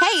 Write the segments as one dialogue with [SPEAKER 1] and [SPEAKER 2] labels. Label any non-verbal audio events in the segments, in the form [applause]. [SPEAKER 1] Hey,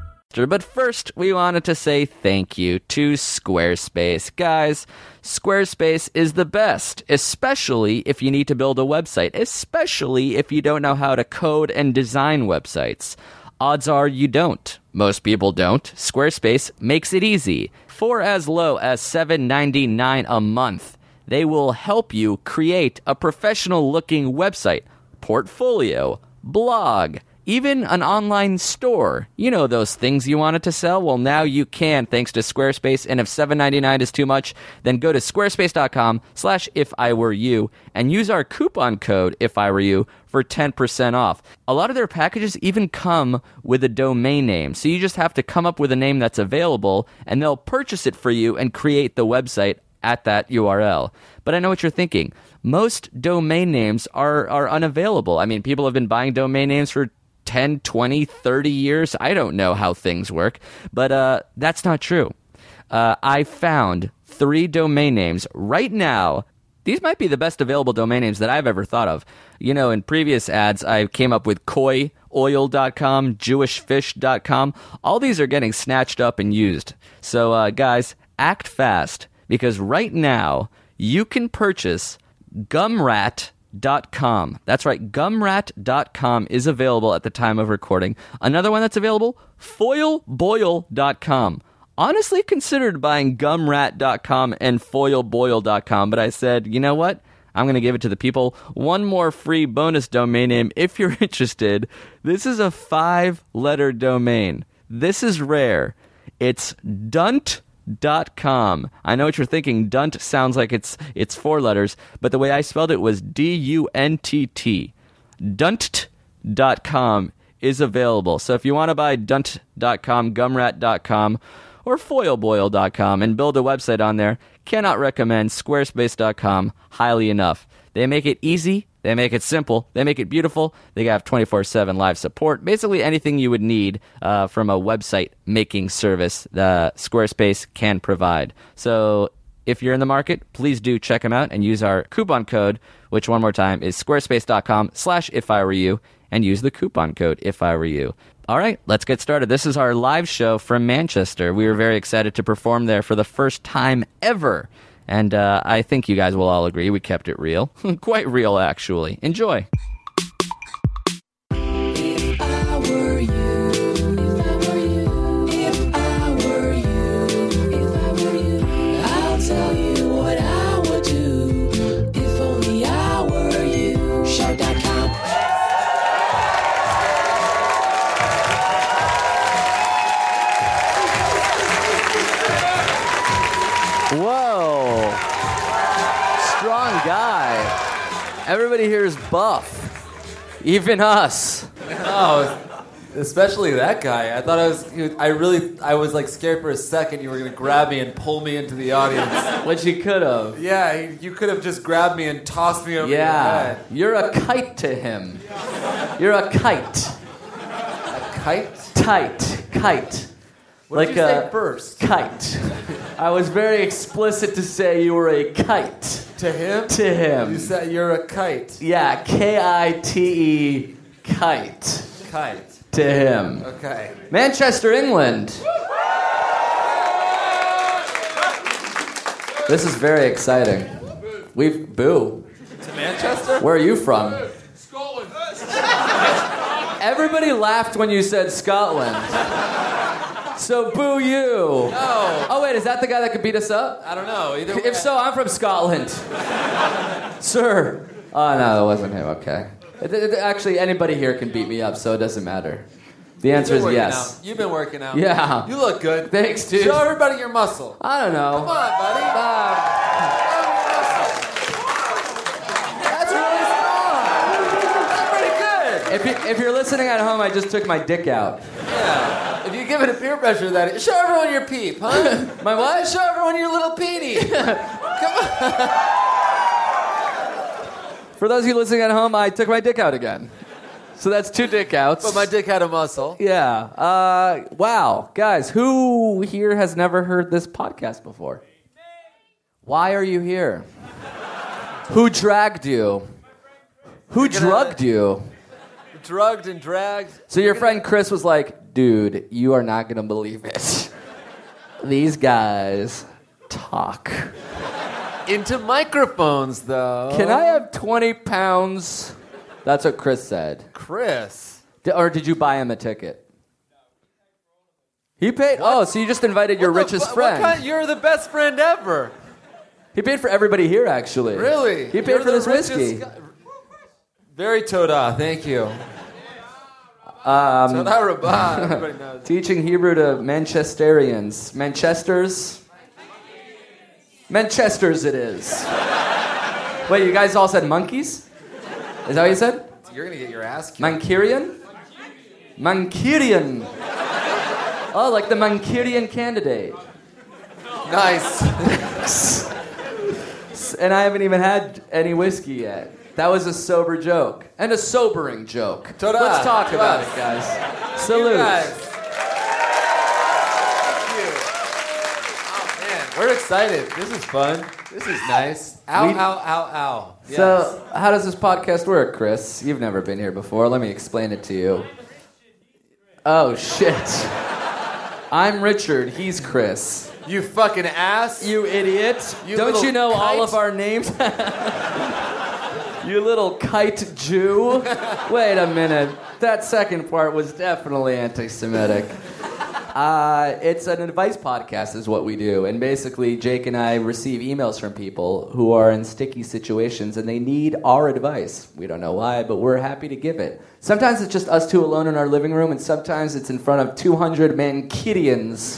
[SPEAKER 2] But first, we wanted to say thank you to Squarespace. Guys, Squarespace is the best, especially if you need to build a website, especially if you don't know how to code and design websites. Odds are you don't. Most people don't. Squarespace makes it easy. For as low as $7.99 a month, they will help you create a professional looking website, portfolio, blog, even an online store. You know those things you wanted to sell? Well, now you can thanks to Squarespace. And if $7.99 is too much, then go to squarespace.com slash if I were you and use our coupon code if I were you for 10% off. A lot of their packages even come with a domain name. So you just have to come up with a name that's available and they'll purchase it for you and create the website at that URL. But I know what you're thinking. Most domain names are, are unavailable. I mean, people have been buying domain names for 10, 20, 30 years. I don't know how things work, but uh, that's not true. Uh, I found three domain names right now. These might be the best available domain names that I've ever thought of. You know, in previous ads, I came up with koi, oil.com, jewishfish.com. All these are getting snatched up and used. So, uh, guys, act fast because right now you can purchase gumrat.com gumrat.com. That's right, gumrat.com is available at the time of recording. Another one that's available, foilboil.com. Honestly considered buying gumrat.com and foilboil.com, but I said, you know what? I'm going to give it to the people. One more free bonus domain name if you're [laughs] interested. This is a five letter domain. This is rare. It's dunt dot com. I know what you're thinking. Dunt sounds like it's it's four letters, but the way I spelled it was D U N T T. Dunt dot com is available. So if you want to buy Dunt dot com, Gumrat dot com, or Foilboil dot com, and build a website on there, cannot recommend Squarespace dot com highly enough. They make it easy. They make it simple. They make it beautiful. They have 24 7 live support. Basically, anything you would need uh, from a website making service that Squarespace can provide. So, if you're in the market, please do check them out and use our coupon code, which one more time is squarespace.com slash if I were you, and use the coupon code if I were you. All right, let's get started. This is our live show from Manchester. We were very excited to perform there for the first time ever. And uh, I think you guys will all agree we kept it real. [laughs] Quite real, actually. Enjoy. Whoa. Strong guy. Everybody here is buff. Even us.
[SPEAKER 3] Oh, especially that guy. I thought I was. he was- I really. I was like scared for a second you were gonna grab me and pull me into the audience.
[SPEAKER 2] [laughs] Which he could have.
[SPEAKER 3] yeah, you- you could have just grabbed me and tossed me over
[SPEAKER 2] Yeah. You're a kite to him. You're a kite.
[SPEAKER 3] your head. Kite.
[SPEAKER 2] Tight. Kite.
[SPEAKER 3] What
[SPEAKER 2] Like
[SPEAKER 3] did you
[SPEAKER 2] a-
[SPEAKER 3] say first?
[SPEAKER 2] Kite. I was very explicit to say you were a kite
[SPEAKER 3] To him.
[SPEAKER 2] to
[SPEAKER 3] You
[SPEAKER 2] him.
[SPEAKER 3] said you're a kite.
[SPEAKER 2] Yeah, K I T E, kite
[SPEAKER 3] Kite.
[SPEAKER 2] to him.
[SPEAKER 3] Okay.
[SPEAKER 2] Manchester, England.
[SPEAKER 4] This is very exciting. We've boo.
[SPEAKER 3] To Manchester.
[SPEAKER 4] Where are you from? Scotland. Everybody laughed when you said Scotland.
[SPEAKER 2] So boo you.
[SPEAKER 3] No,
[SPEAKER 2] Oh wait, is that the guy that could beat us up?
[SPEAKER 3] I don't know. Either way,
[SPEAKER 2] If so, I'm from Scotland,
[SPEAKER 3] [laughs]
[SPEAKER 2] sir. Oh no, that wasn't him. Okay. It- it- actually, anybody here can beat me up, so it doesn't matter. The
[SPEAKER 3] you've been
[SPEAKER 2] answer is
[SPEAKER 3] working
[SPEAKER 2] yes.
[SPEAKER 3] out. You've been working out.
[SPEAKER 2] Yeah.
[SPEAKER 3] You look good.
[SPEAKER 2] Thanks, dude.
[SPEAKER 3] Show everybody your muscle.
[SPEAKER 2] I don't know.
[SPEAKER 3] Come on, buddy. That's really strong. That's pretty good.
[SPEAKER 2] If, you, if you're listening at home, I just took my dick out.
[SPEAKER 3] Yeah. If you give it a peer pressure, that show everyone your peep,
[SPEAKER 2] [laughs]
[SPEAKER 3] huh?
[SPEAKER 2] My what?
[SPEAKER 3] Show everyone your
[SPEAKER 2] [laughs]
[SPEAKER 3] little peenie.
[SPEAKER 2] For those of you listening at home, I took my dick out again. So that's two dick outs.
[SPEAKER 3] but my dick had a muscle.
[SPEAKER 2] yeah. Uh, wow, guys, who here has never heard this podcast before? Why are you here? Who dragged you? Who drugged you?
[SPEAKER 3] Drugged and dragged.
[SPEAKER 2] So your friend Chris was like, dude, you are not going to believe it. [laughs] These guys talk.
[SPEAKER 3] Into microphones, though.
[SPEAKER 2] Can I have 20 pounds? That's what Chris said.
[SPEAKER 3] Chris.
[SPEAKER 2] D- or did you buy him a ticket? He paid. Oh, so you just invited your
[SPEAKER 3] What the
[SPEAKER 2] richest
[SPEAKER 3] fu- what
[SPEAKER 2] friend.
[SPEAKER 3] kind- you're the best friend ever.
[SPEAKER 2] He paid for everybody here, actually.
[SPEAKER 3] Really?
[SPEAKER 2] He paid
[SPEAKER 3] You're
[SPEAKER 2] for
[SPEAKER 3] the
[SPEAKER 2] this
[SPEAKER 3] richest
[SPEAKER 2] whiskey.
[SPEAKER 3] guy- Very Toda, thank you. Um, Toda Rabah, everybody knows.
[SPEAKER 2] Teaching Hebrew to Manchesterians. Manchesters? Manchesters it is. Wait, you guys all said monkeys? Is that what you said?
[SPEAKER 3] You're gonna get your ass kicked.
[SPEAKER 2] Mankirian? Mankirian. Oh, like the Mankirian candidate. [laughs]
[SPEAKER 3] Nice.
[SPEAKER 2] And I haven't even had any whiskey yet. That was a sober joke. And a sobering joke.
[SPEAKER 3] Ta-da.
[SPEAKER 2] Let's talk
[SPEAKER 3] To
[SPEAKER 2] about
[SPEAKER 3] us.
[SPEAKER 2] it, guys. Salute.
[SPEAKER 3] You guys. Thank you. Oh man, we're excited. This is fun. This is nice. Ow,
[SPEAKER 2] We-
[SPEAKER 3] ow, ow, ow. Yes.
[SPEAKER 2] So, how does this podcast work, Chris? You've never been here before. Let me explain it to you. Oh, shit. [laughs] I'm Richard. He's Chris.
[SPEAKER 3] you fucking ass.
[SPEAKER 2] You idiot.
[SPEAKER 3] You
[SPEAKER 2] Don't
[SPEAKER 3] little
[SPEAKER 2] you know all
[SPEAKER 3] kite.
[SPEAKER 2] of our names? [laughs] you little kite Jew. Wait a minute. That second part was definitely anti Semitic. Uh, it's an advice podcast, is what we do. And basically, Jake and I receive emails from people who are in sticky situations and they need our advice. We don't know why, but we're happy to give it. Sometimes it's just us two alone in our living room, and sometimes it's in front of 200 Mankidians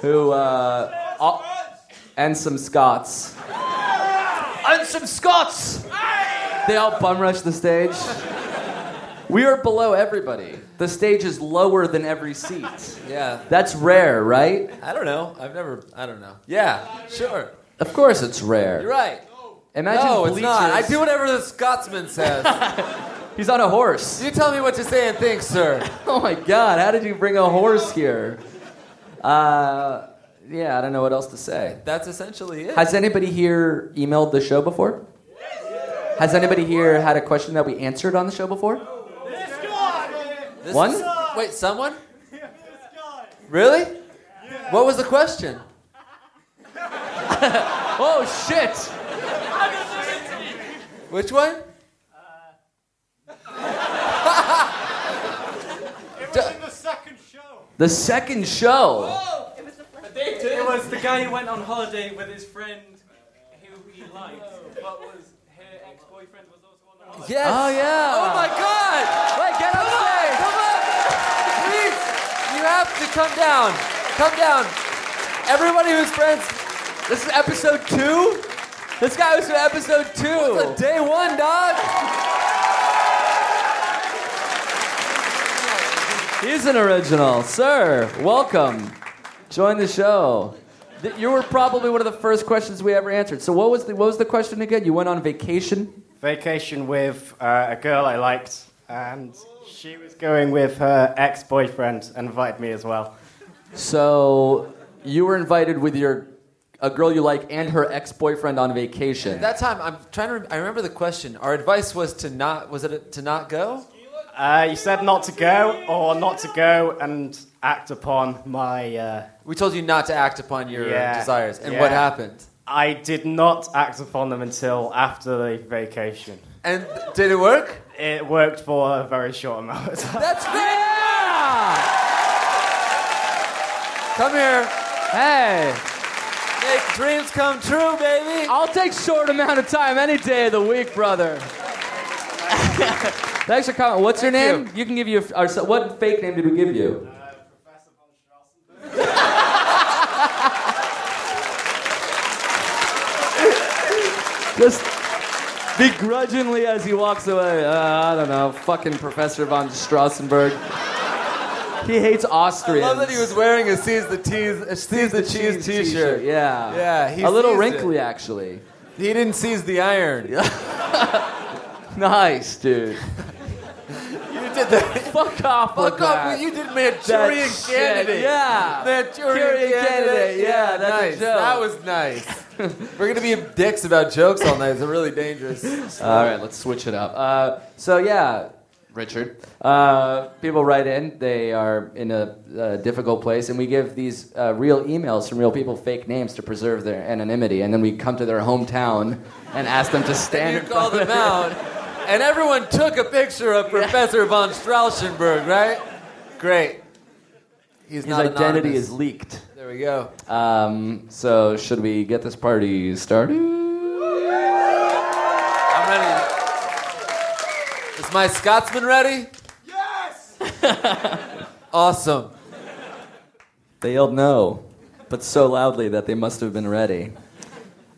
[SPEAKER 2] who uh, all- and some Scots. And some Scots. They all bum rush the stage. We are below everybody. The stage is lower than every seat.
[SPEAKER 3] yeah.
[SPEAKER 2] That's rare, right?
[SPEAKER 3] I don't know. I've never. I don't know. Yeah. Sure.
[SPEAKER 2] Of course, it's
[SPEAKER 3] You're
[SPEAKER 2] rare.
[SPEAKER 3] right.
[SPEAKER 2] Imagine
[SPEAKER 3] no, it's
[SPEAKER 2] bleachers.
[SPEAKER 3] not. I do whatever the
[SPEAKER 2] [laughs]
[SPEAKER 3] Scotsman says.
[SPEAKER 2] He's on a horse.
[SPEAKER 3] you tell me what to say and think, sir.
[SPEAKER 2] [laughs] Oh my God! How did you bring a horse here? Uh, yeah, I don't know what else to say.
[SPEAKER 3] That's essentially it.
[SPEAKER 2] Has anybody here emailed the show before? Has anybody here had a question that we answered on the show before?
[SPEAKER 3] This
[SPEAKER 2] One?
[SPEAKER 3] is- wait, someone? Really? What was the question?
[SPEAKER 2] Oh shit!
[SPEAKER 3] Which one? [laughs]
[SPEAKER 2] The second show.
[SPEAKER 5] It was the guy who went on holiday with his friend who he liked, but was her ex-boyfriend was also on holiday.
[SPEAKER 3] Yes.
[SPEAKER 2] Oh yeah.
[SPEAKER 3] Oh my God!
[SPEAKER 2] Wait, get
[SPEAKER 3] Come
[SPEAKER 2] up
[SPEAKER 3] on! Come on! Please, you have to come down. Come down. Everybody who's friends. This is episode two. This guy was from episode two.
[SPEAKER 2] What the-
[SPEAKER 3] day one, dog.
[SPEAKER 2] He's an original, sir. Welcome. Join the show. Th- You were probably one of the first questions we ever answered. So what was the what was the question again? You went on vacation.
[SPEAKER 6] vacation with uh, a girl I liked, and she was going with her ex boyfriend and invited me as well.
[SPEAKER 2] So you were invited with your a girl you like and her ex boyfriend on vacation.
[SPEAKER 3] That time, I'm trying to. Rem- I remember the question. Our advice was to not. Was it to not go?
[SPEAKER 6] Uh, you said not to go, or not to go and act upon my. Uh,
[SPEAKER 3] We told you not to act upon your
[SPEAKER 6] Yeah.
[SPEAKER 3] desires, and
[SPEAKER 6] Yeah.
[SPEAKER 3] what happened?
[SPEAKER 6] I did not act upon them until after the vacation.
[SPEAKER 3] And did it work?
[SPEAKER 6] It worked for a very short amount of time.
[SPEAKER 3] That's great. Come here.
[SPEAKER 2] Hey,
[SPEAKER 3] Make dreams come true, baby.
[SPEAKER 2] I'll take short amount of time any day of the week,
[SPEAKER 3] [laughs]
[SPEAKER 2] brother. Thanks for coming. What's your
[SPEAKER 3] Thank
[SPEAKER 2] name? You. can give you our, what fake name did we give you? Just begrudgingly as he walks away. Uh, I don't know, fucking Professor von Strassenberg. He hates
[SPEAKER 3] I
[SPEAKER 2] Austrians.
[SPEAKER 3] love that he was wearing a Seize the, tease, a Seize the Cheese t shirt.
[SPEAKER 2] Yeah.
[SPEAKER 3] Yeah, he
[SPEAKER 2] a little
[SPEAKER 3] seized it.
[SPEAKER 2] wrinkly, actually.
[SPEAKER 3] He didn't seize the iron. You
[SPEAKER 2] [laughs] Nice,
[SPEAKER 3] [laughs]
[SPEAKER 2] dude.
[SPEAKER 3] did the.
[SPEAKER 2] Fuck off.
[SPEAKER 3] Fuck
[SPEAKER 2] with
[SPEAKER 3] up,
[SPEAKER 2] that.
[SPEAKER 3] you did
[SPEAKER 2] That
[SPEAKER 3] Manchurian
[SPEAKER 2] shit,
[SPEAKER 3] candidate.
[SPEAKER 2] Yeah.
[SPEAKER 3] Manchurian
[SPEAKER 2] Manchurian
[SPEAKER 3] candidate.
[SPEAKER 2] candidate, yeah, that's a
[SPEAKER 3] nice.
[SPEAKER 2] joke.
[SPEAKER 3] That was nice. [laughs] We're gonna be dicks about jokes all night. It's really [laughs] dangerous.
[SPEAKER 2] All right, let's switch it up. Uh, so yeah, Richard, uh, people write in. They are in a, uh difficult place, and we give these uh, real emails from real people fake names to preserve their anonymity, and then we come to their hometown and ask [laughs] them to stand.
[SPEAKER 3] you
[SPEAKER 2] in
[SPEAKER 3] called
[SPEAKER 2] front of
[SPEAKER 3] them out, and everyone took a picture of Professor von Strauschenberg, right? Great. He's
[SPEAKER 2] His
[SPEAKER 3] not
[SPEAKER 2] identity
[SPEAKER 3] anonymous.
[SPEAKER 2] is leaked.
[SPEAKER 3] There we go.
[SPEAKER 2] Um, so should we get this party started?
[SPEAKER 3] I'm ready. Is my Scotsman ready? Yes. [laughs] awesome.
[SPEAKER 2] They yelled no, but so loudly that they must have been ready.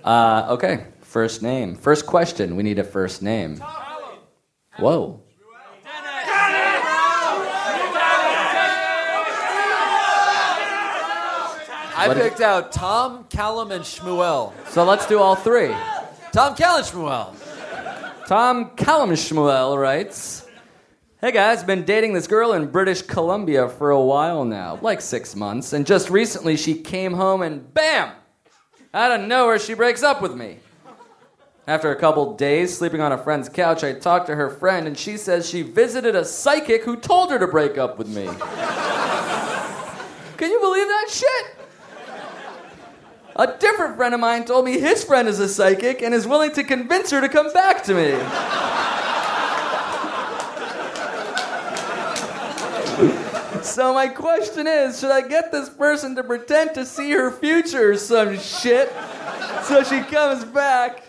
[SPEAKER 2] Uh, okay, first name. First question. We need a first name. Whoa.
[SPEAKER 3] I picked out Tom, Callum, and Shmuel.
[SPEAKER 2] So let's do all three.
[SPEAKER 3] Tom, Callum, Shmuel.
[SPEAKER 2] Tom Callum Schmuel writes Hey guys, been dating this girl in British Columbia for a while now, like six months, and just recently she came home and BAM! Out of nowhere, she breaks up with me. After a couple days sleeping on a friend's couch, I talked to her friend and she says she visited a psychic who told her to break up with me. Can you believe that shit? A different friend of mine told me his friend is a psychic and is willing to convince her to come back to me. so my question is, should I get this person to pretend to see her future or some shit so she comes back,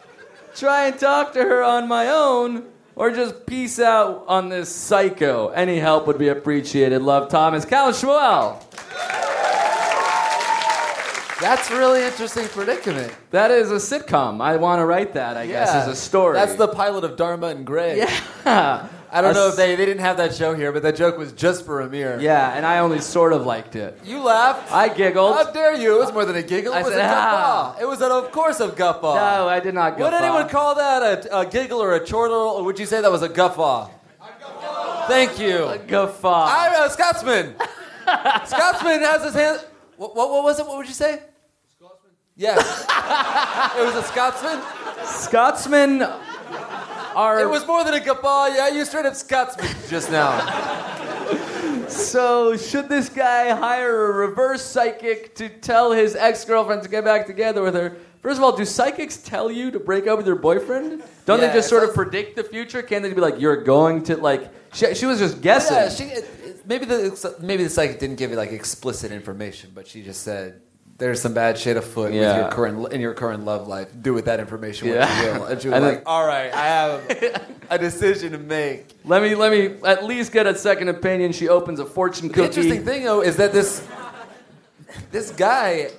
[SPEAKER 2] try and talk to her on my own, or just peace out on this psycho? Any help would be appreciated. Love, Thomas. Cal Schmuel.
[SPEAKER 3] That's a really interesting predicament.
[SPEAKER 2] That is a sitcom. I want to write that, I guess, as a story.
[SPEAKER 3] That's the pilot of Dharma and Greg.
[SPEAKER 2] Yeah.
[SPEAKER 3] [laughs] I don't
[SPEAKER 2] A
[SPEAKER 3] know
[SPEAKER 2] s-
[SPEAKER 3] if they, they didn't have that show here, but that joke was just for Amir.
[SPEAKER 2] Yeah, and I only sort of liked it.
[SPEAKER 3] You laughed.
[SPEAKER 2] I giggled.
[SPEAKER 3] How dare you? It was more than a giggle. It
[SPEAKER 2] I
[SPEAKER 3] was
[SPEAKER 2] said,
[SPEAKER 3] a
[SPEAKER 2] "Ah."
[SPEAKER 3] guffaw. It was, an, of course, a guffaw.
[SPEAKER 2] No, Oh, I did not go.
[SPEAKER 3] Would
[SPEAKER 2] far.
[SPEAKER 3] anyone call that a, a giggle or a chortle, or would you say that was a guffaw? Thank you.
[SPEAKER 2] guffaw?
[SPEAKER 3] I'm
[SPEAKER 2] [laughs]
[SPEAKER 3] a Scotsman. Scotsman has his hand. What, what, what was it? What would you say? Scotsman. Yes. it was a Scotsman.
[SPEAKER 2] Scotsmen are
[SPEAKER 3] It was more than a guffaw. Yeah, you straight up Scotsman just now.
[SPEAKER 2] so. Should this guy hire a reverse psychic to tell his ex-girlfriend to get back together with her? First of all, do psychics tell you to break up with your boyfriend? Don't
[SPEAKER 3] Yeah,
[SPEAKER 2] they just
[SPEAKER 3] it
[SPEAKER 2] sort of
[SPEAKER 3] sounds-
[SPEAKER 2] predict the future? Can't they be like, "You're going to like"? She, she was just guessing.
[SPEAKER 3] yeah, she, it, it- maybe the maybe the psychic didn't give you like explicit information, but she just said. There's some bad shit afoot with
[SPEAKER 2] Yeah.
[SPEAKER 3] your current in your current love life. Do with that information what
[SPEAKER 2] Yeah.
[SPEAKER 3] you will. And she was
[SPEAKER 2] And then-
[SPEAKER 3] like, "All right, I
[SPEAKER 2] [laughs]
[SPEAKER 3] have a decision to make."
[SPEAKER 2] Let me let me at least get a second opinion. She opens a fortune
[SPEAKER 3] The
[SPEAKER 2] cookie.
[SPEAKER 3] interesting thing though is that this this guy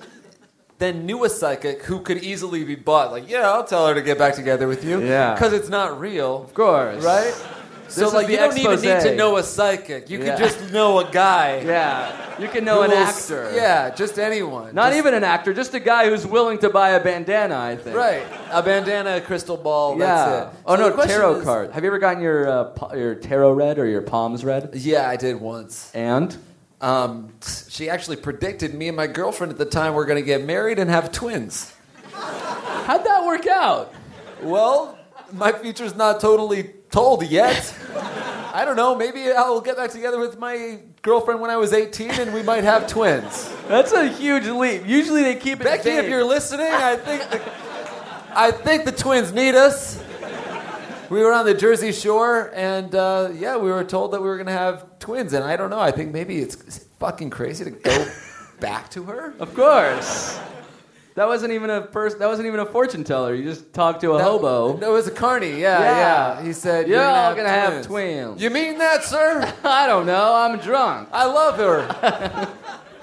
[SPEAKER 3] then knew a psychic who could easily be bought. Like, yeah, I'll tell her to get back together with you.
[SPEAKER 2] Yeah.
[SPEAKER 3] because it's not real,
[SPEAKER 2] of course,
[SPEAKER 3] right? So
[SPEAKER 2] is
[SPEAKER 3] like,
[SPEAKER 2] the
[SPEAKER 3] you don't even need to
[SPEAKER 2] exposé.
[SPEAKER 3] know a psychic. You
[SPEAKER 2] Yeah.
[SPEAKER 3] can just know a guy.
[SPEAKER 2] Yeah, you can
[SPEAKER 3] who
[SPEAKER 2] know an
[SPEAKER 3] will s-
[SPEAKER 2] actor.
[SPEAKER 3] Yeah, just anyone.
[SPEAKER 2] Not
[SPEAKER 3] Just-
[SPEAKER 2] even an actor, just a guy who's willing to buy a bandana, I think.
[SPEAKER 3] right. A bandana, a crystal ball.
[SPEAKER 2] Yeah.
[SPEAKER 3] That's it.
[SPEAKER 2] Oh
[SPEAKER 3] So the
[SPEAKER 2] no,
[SPEAKER 3] question
[SPEAKER 2] tarot
[SPEAKER 3] is-
[SPEAKER 2] card. Have you ever gotten your uh, pa- your tarot read or your palms read?
[SPEAKER 3] Yeah, I did once.
[SPEAKER 2] And
[SPEAKER 3] Um, she actually predicted me and my girlfriend at the time were going to get married and have twins.
[SPEAKER 2] how'd that work out?
[SPEAKER 3] Well, my future's not totally told yet. I don't know. Maybe I'll get back together with my girlfriend when I was 18 and we might have twins.
[SPEAKER 2] That's a huge leap. Usually they keep it.
[SPEAKER 3] Becky, if
[SPEAKER 2] vague.
[SPEAKER 3] you're listening, I think the, I think the twins need us. We were on the Jersey Shore and uh,
[SPEAKER 2] [laughs]
[SPEAKER 3] yeah, we were told that we were going to have twins and I don't know. I think maybe it's, is it fucking crazy to go back to her?
[SPEAKER 2] Of course. That wasn't even a person. That wasn't even a fortune teller. You just talked to a hobo.
[SPEAKER 3] No, it was a carney. Yeah, yeah.
[SPEAKER 2] Yeah.
[SPEAKER 3] He said,
[SPEAKER 2] You're
[SPEAKER 3] "You're
[SPEAKER 2] all
[SPEAKER 3] gonna, have,
[SPEAKER 2] gonna
[SPEAKER 3] twins.
[SPEAKER 2] have twins.
[SPEAKER 3] You mean that, sir?
[SPEAKER 2] [laughs] I don't know. I'm drunk.
[SPEAKER 3] I love her.
[SPEAKER 2] [laughs]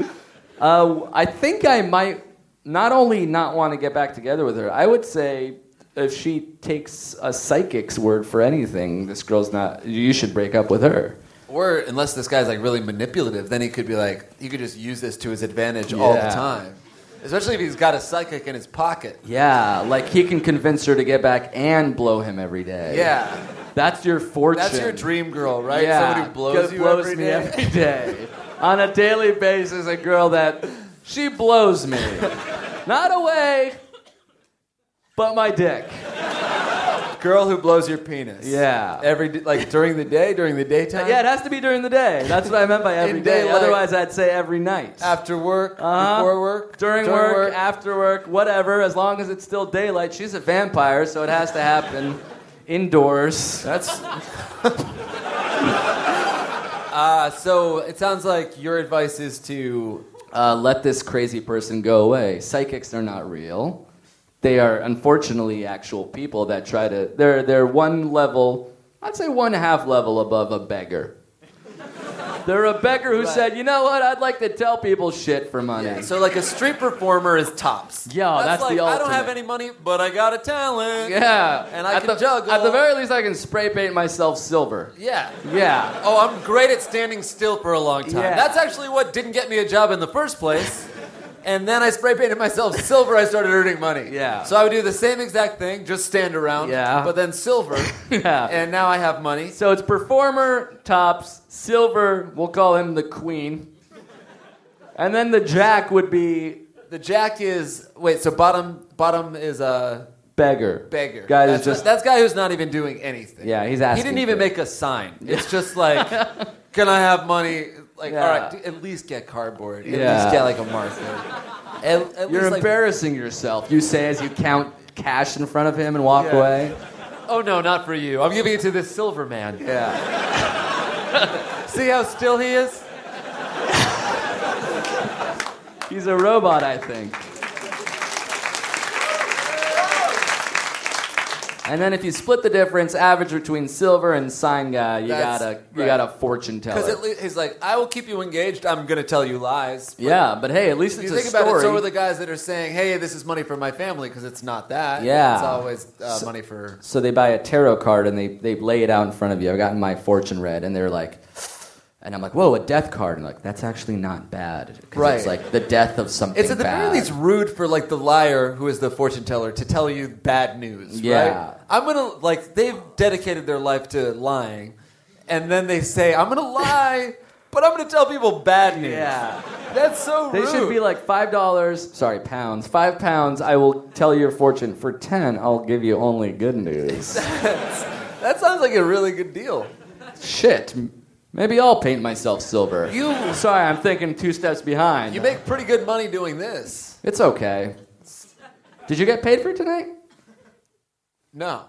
[SPEAKER 2] Uh, I think I might not only not want to get back together with her. I would say if she takes a psychic's word for anything, this girl's not. You should break up with her.
[SPEAKER 3] or unless this guy's like really manipulative, then he could be like, he could just use this to his advantage all the
[SPEAKER 2] Yeah.
[SPEAKER 3] time. Especially if he's got a psychic in his pocket.
[SPEAKER 2] Yeah, like he can convince her to get back and blow him every day.
[SPEAKER 3] Yeah.
[SPEAKER 2] That's your fortune.
[SPEAKER 3] That's your dream girl, right?
[SPEAKER 2] Yeah.
[SPEAKER 3] Someone who blows
[SPEAKER 2] Go-
[SPEAKER 3] you
[SPEAKER 2] blows
[SPEAKER 3] every
[SPEAKER 2] me
[SPEAKER 3] day.
[SPEAKER 2] every day. On a daily basis, a girl that she blows me. Not away, but my dick.
[SPEAKER 3] [laughs] Girl who blows your penis.
[SPEAKER 2] Yeah.
[SPEAKER 3] Every d- like during the day, during the daytime.
[SPEAKER 2] Yeah, it has to be during the day. That's what I meant by every
[SPEAKER 3] In
[SPEAKER 2] day.
[SPEAKER 3] daylight.
[SPEAKER 2] Otherwise, I'd say every night.
[SPEAKER 3] After work,
[SPEAKER 2] Uh-huh.
[SPEAKER 3] before work,
[SPEAKER 2] During, work, after work, whatever, as long as it's still daylight. She's a vampire, so it has to
[SPEAKER 3] [laughs]
[SPEAKER 2] happen indoors. [laughs]
[SPEAKER 3] That's. uh, so it sounds like your advice is to.
[SPEAKER 2] uh, let this crazy person go away. Psychics are not real. They are unfortunately actual people that try to. They're they're one level, I'd say one half level above a beggar. They're a beggar who said, you know what? I'd like to tell people shit for money.
[SPEAKER 3] So like a street performer is tops.
[SPEAKER 2] Yeah, that's the
[SPEAKER 3] like, I don't
[SPEAKER 2] ultimate.
[SPEAKER 3] have any money, but I got a talent.
[SPEAKER 2] yeah,
[SPEAKER 3] And I
[SPEAKER 2] at
[SPEAKER 3] can
[SPEAKER 2] the,
[SPEAKER 3] juggle.
[SPEAKER 2] At the very least, I can spray paint myself silver.
[SPEAKER 3] Yeah.
[SPEAKER 2] Yeah.
[SPEAKER 3] Oh, I'm great at standing still for a long time.
[SPEAKER 2] Yeah.
[SPEAKER 3] That's actually what didn't get me a job in the first place. and then I spray painted myself [laughs] silver. I started earning money.
[SPEAKER 2] Yeah.
[SPEAKER 3] So I would do the same exact thing, just stand around.
[SPEAKER 2] Yeah.
[SPEAKER 3] But then silver.
[SPEAKER 2] [laughs] Yeah.
[SPEAKER 3] And now I have money.
[SPEAKER 2] So it's performer, tops, silver, we'll call him the queen. And then the jack would be
[SPEAKER 3] The jack is wait. So bottom bottom is uh, a
[SPEAKER 2] beggar.
[SPEAKER 3] beggar.
[SPEAKER 2] Guy
[SPEAKER 3] that's
[SPEAKER 2] that's just
[SPEAKER 3] that's guy who's not even doing anything.
[SPEAKER 2] Yeah, he's
[SPEAKER 3] He
[SPEAKER 2] asking
[SPEAKER 3] didn't even
[SPEAKER 2] for it.
[SPEAKER 3] make a sign. It's just
[SPEAKER 2] [laughs]
[SPEAKER 3] like, can I have money? Like,
[SPEAKER 2] Yeah.
[SPEAKER 3] all right, d- at least get cardboard. At
[SPEAKER 2] Yeah.
[SPEAKER 3] least get like a marker. At, at
[SPEAKER 2] You're
[SPEAKER 3] least, like-
[SPEAKER 2] embarrassing yourself, you say as you count cash in front of him and walk
[SPEAKER 3] Yeah.
[SPEAKER 2] away.
[SPEAKER 3] oh no, not for you. I'm giving it to this silver man.
[SPEAKER 2] Yeah.
[SPEAKER 3] [laughs] See how still he is?
[SPEAKER 2] He's a robot, I think. And then if you split the difference, average between silver and sign guy, you
[SPEAKER 3] That's
[SPEAKER 2] got a you
[SPEAKER 3] right.
[SPEAKER 2] got a fortune
[SPEAKER 3] Because
[SPEAKER 2] teller.
[SPEAKER 3] he's like, I will keep you engaged. I'm gonna tell you lies.
[SPEAKER 2] yeah, but hey, at least
[SPEAKER 3] If
[SPEAKER 2] it's
[SPEAKER 3] you
[SPEAKER 2] a
[SPEAKER 3] think
[SPEAKER 2] story.
[SPEAKER 3] about it, so are the guys that are saying, "Hey, this is money for my family," because it's not that.
[SPEAKER 2] Yeah.
[SPEAKER 3] it's always uh, money for.
[SPEAKER 2] So they buy a tarot card and they, they lay it out in front of you. I've gotten my fortune read, and they're like, and I'm like, whoa, a death card. And like, that's actually not bad. 'cause
[SPEAKER 3] Right.
[SPEAKER 2] It's like the death of something.
[SPEAKER 3] It's at the
[SPEAKER 2] bad.
[SPEAKER 3] very least rude for like the liar who is the fortune teller to tell you bad news.
[SPEAKER 2] Yeah.
[SPEAKER 3] right? I'm gonna like they've dedicated their life to lying, and then they say I'm gonna lie, but I'm gonna tell people bad news.
[SPEAKER 2] Yeah.
[SPEAKER 3] that's so
[SPEAKER 2] They
[SPEAKER 3] rude.
[SPEAKER 2] should be like five dollars, sorry, pounds. Five pounds. I will tell you your fortune. For ten, I'll give you only good news.
[SPEAKER 3] [laughs] that sounds like a really good deal.
[SPEAKER 2] Shit. Maybe I'll paint myself silver.
[SPEAKER 3] You
[SPEAKER 2] Sorry, I'm thinking two steps behind.
[SPEAKER 3] you make pretty good money doing this.
[SPEAKER 2] it's okay. Did you get paid for tonight?
[SPEAKER 3] No,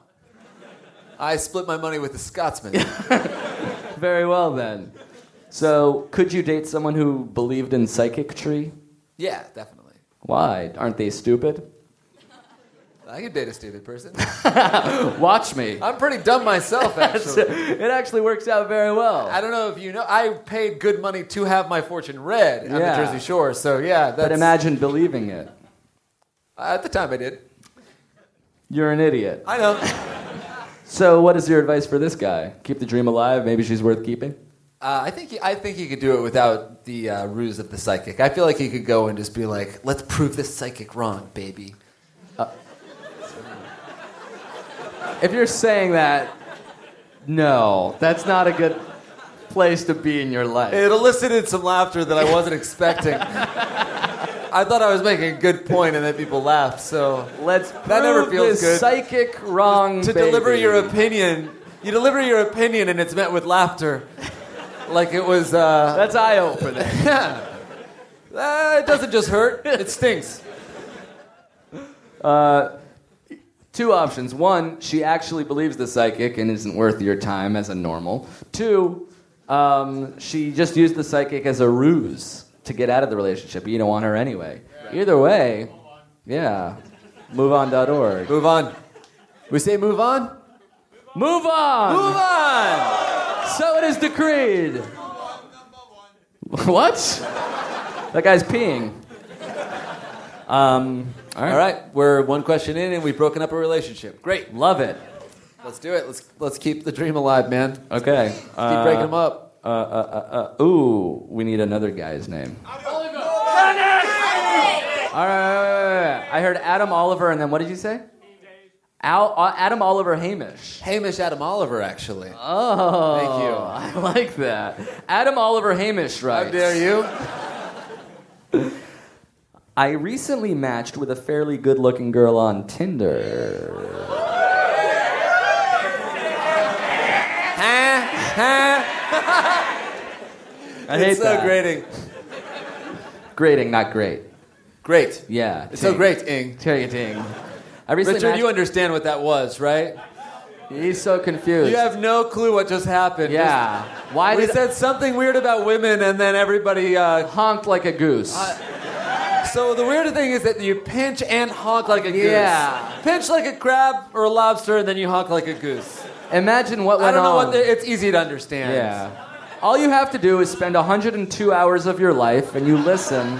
[SPEAKER 3] I split my money with the
[SPEAKER 2] [laughs]
[SPEAKER 3] Scotsman.
[SPEAKER 2] Very well then. So, could you date someone who believed in psychicry?
[SPEAKER 3] yeah, definitely.
[SPEAKER 2] Why? Aren't they stupid?
[SPEAKER 3] I could date a stupid person.
[SPEAKER 2] Watch me.
[SPEAKER 3] I'm pretty dumb myself, actually.
[SPEAKER 2] It actually works out very well.
[SPEAKER 3] I don't know if you know. I paid good money to have my fortune read on
[SPEAKER 2] Yeah.
[SPEAKER 3] the Jersey Shore, so yeah. That's, uh,
[SPEAKER 2] But imagine believing it.
[SPEAKER 3] at the time I did.
[SPEAKER 2] You're an idiot.
[SPEAKER 3] I know.
[SPEAKER 2] So, what is your advice for this guy? Keep the dream alive. Maybe she's worth keeping.
[SPEAKER 3] Uh, I think he, I think he could do it without the uh, ruse of the psychic. I feel like he could go and just be like, "Let's prove this psychic wrong, baby."
[SPEAKER 2] Uh, If you're saying that, no, that's not a good place to be in your life.
[SPEAKER 3] It elicited some laughter that I wasn't expecting. I thought I was making a good point, and then people laughed. So
[SPEAKER 2] Let's
[SPEAKER 3] That never
[SPEAKER 2] prove
[SPEAKER 3] feels
[SPEAKER 2] this
[SPEAKER 3] good.
[SPEAKER 2] psychic wrong
[SPEAKER 3] to
[SPEAKER 2] baby.
[SPEAKER 3] deliver your opinion, you deliver your opinion, and it's met with laughter, like it was. Uh,
[SPEAKER 2] That's eye opening.
[SPEAKER 3] [laughs] yeah. Uh, it doesn't just hurt; it stings.
[SPEAKER 2] Two options. One, she actually believes the psychic and isn't worth your time as a normal. Two, um, she just used the psychic as a ruse. to get out of the relationship, but you don't want her anyway. Either way, yeah. MoveOn.org.
[SPEAKER 3] Move on. We say move on?
[SPEAKER 2] Move on!
[SPEAKER 3] Move on!
[SPEAKER 2] So it is decreed. What?
[SPEAKER 3] [laughs]
[SPEAKER 2] That guy's peeing. Um, all right.
[SPEAKER 3] All right, we're one question in and we've broken up a relationship. Great.
[SPEAKER 2] Love it.
[SPEAKER 3] Let's do it. Let's let's keep the dream alive, man. Keep
[SPEAKER 2] Okay. Uh,
[SPEAKER 3] breaking them up.
[SPEAKER 2] uh, uh, uh, uh, ooh, we need another guy's name. All right, wait, wait, wait. I heard Adam Oliver, and then what did you say? Al, uh, Adam Oliver Hamish.
[SPEAKER 3] Hamish Adam Oliver, actually.
[SPEAKER 2] Oh,
[SPEAKER 3] Thank you.
[SPEAKER 2] I [laughs] like that. Adam Oliver Hamish, right?
[SPEAKER 3] How dare you?
[SPEAKER 2] I recently matched with a fairly good looking girl on Tinder.
[SPEAKER 3] [laughs]
[SPEAKER 2] I hate
[SPEAKER 3] It's so
[SPEAKER 2] that.
[SPEAKER 3] grating.
[SPEAKER 2] Grading, not great.
[SPEAKER 3] Great.
[SPEAKER 2] Yeah.
[SPEAKER 3] It's so
[SPEAKER 2] ting.
[SPEAKER 3] great, Ing.
[SPEAKER 2] Ting, ting. I recently
[SPEAKER 3] Richard,
[SPEAKER 2] matched-
[SPEAKER 3] you understand what that was, right?
[SPEAKER 2] He's so confused.
[SPEAKER 3] You have no clue what just happened.
[SPEAKER 2] yeah. Why
[SPEAKER 3] Just- we
[SPEAKER 2] did
[SPEAKER 3] said something weird about women, and then everybody. Uh,
[SPEAKER 2] honked like a goose?
[SPEAKER 3] so the weird thing is that you pinch and honk like a goose.
[SPEAKER 2] Yeah.
[SPEAKER 3] Pinch like a crab or a lobster, and then you honk like a goose.
[SPEAKER 2] Imagine what went
[SPEAKER 3] I don't know
[SPEAKER 2] on.
[SPEAKER 3] what. The, it's easy to understand.
[SPEAKER 2] yeah. All you have to do is spend 102 hours of your life and you listen,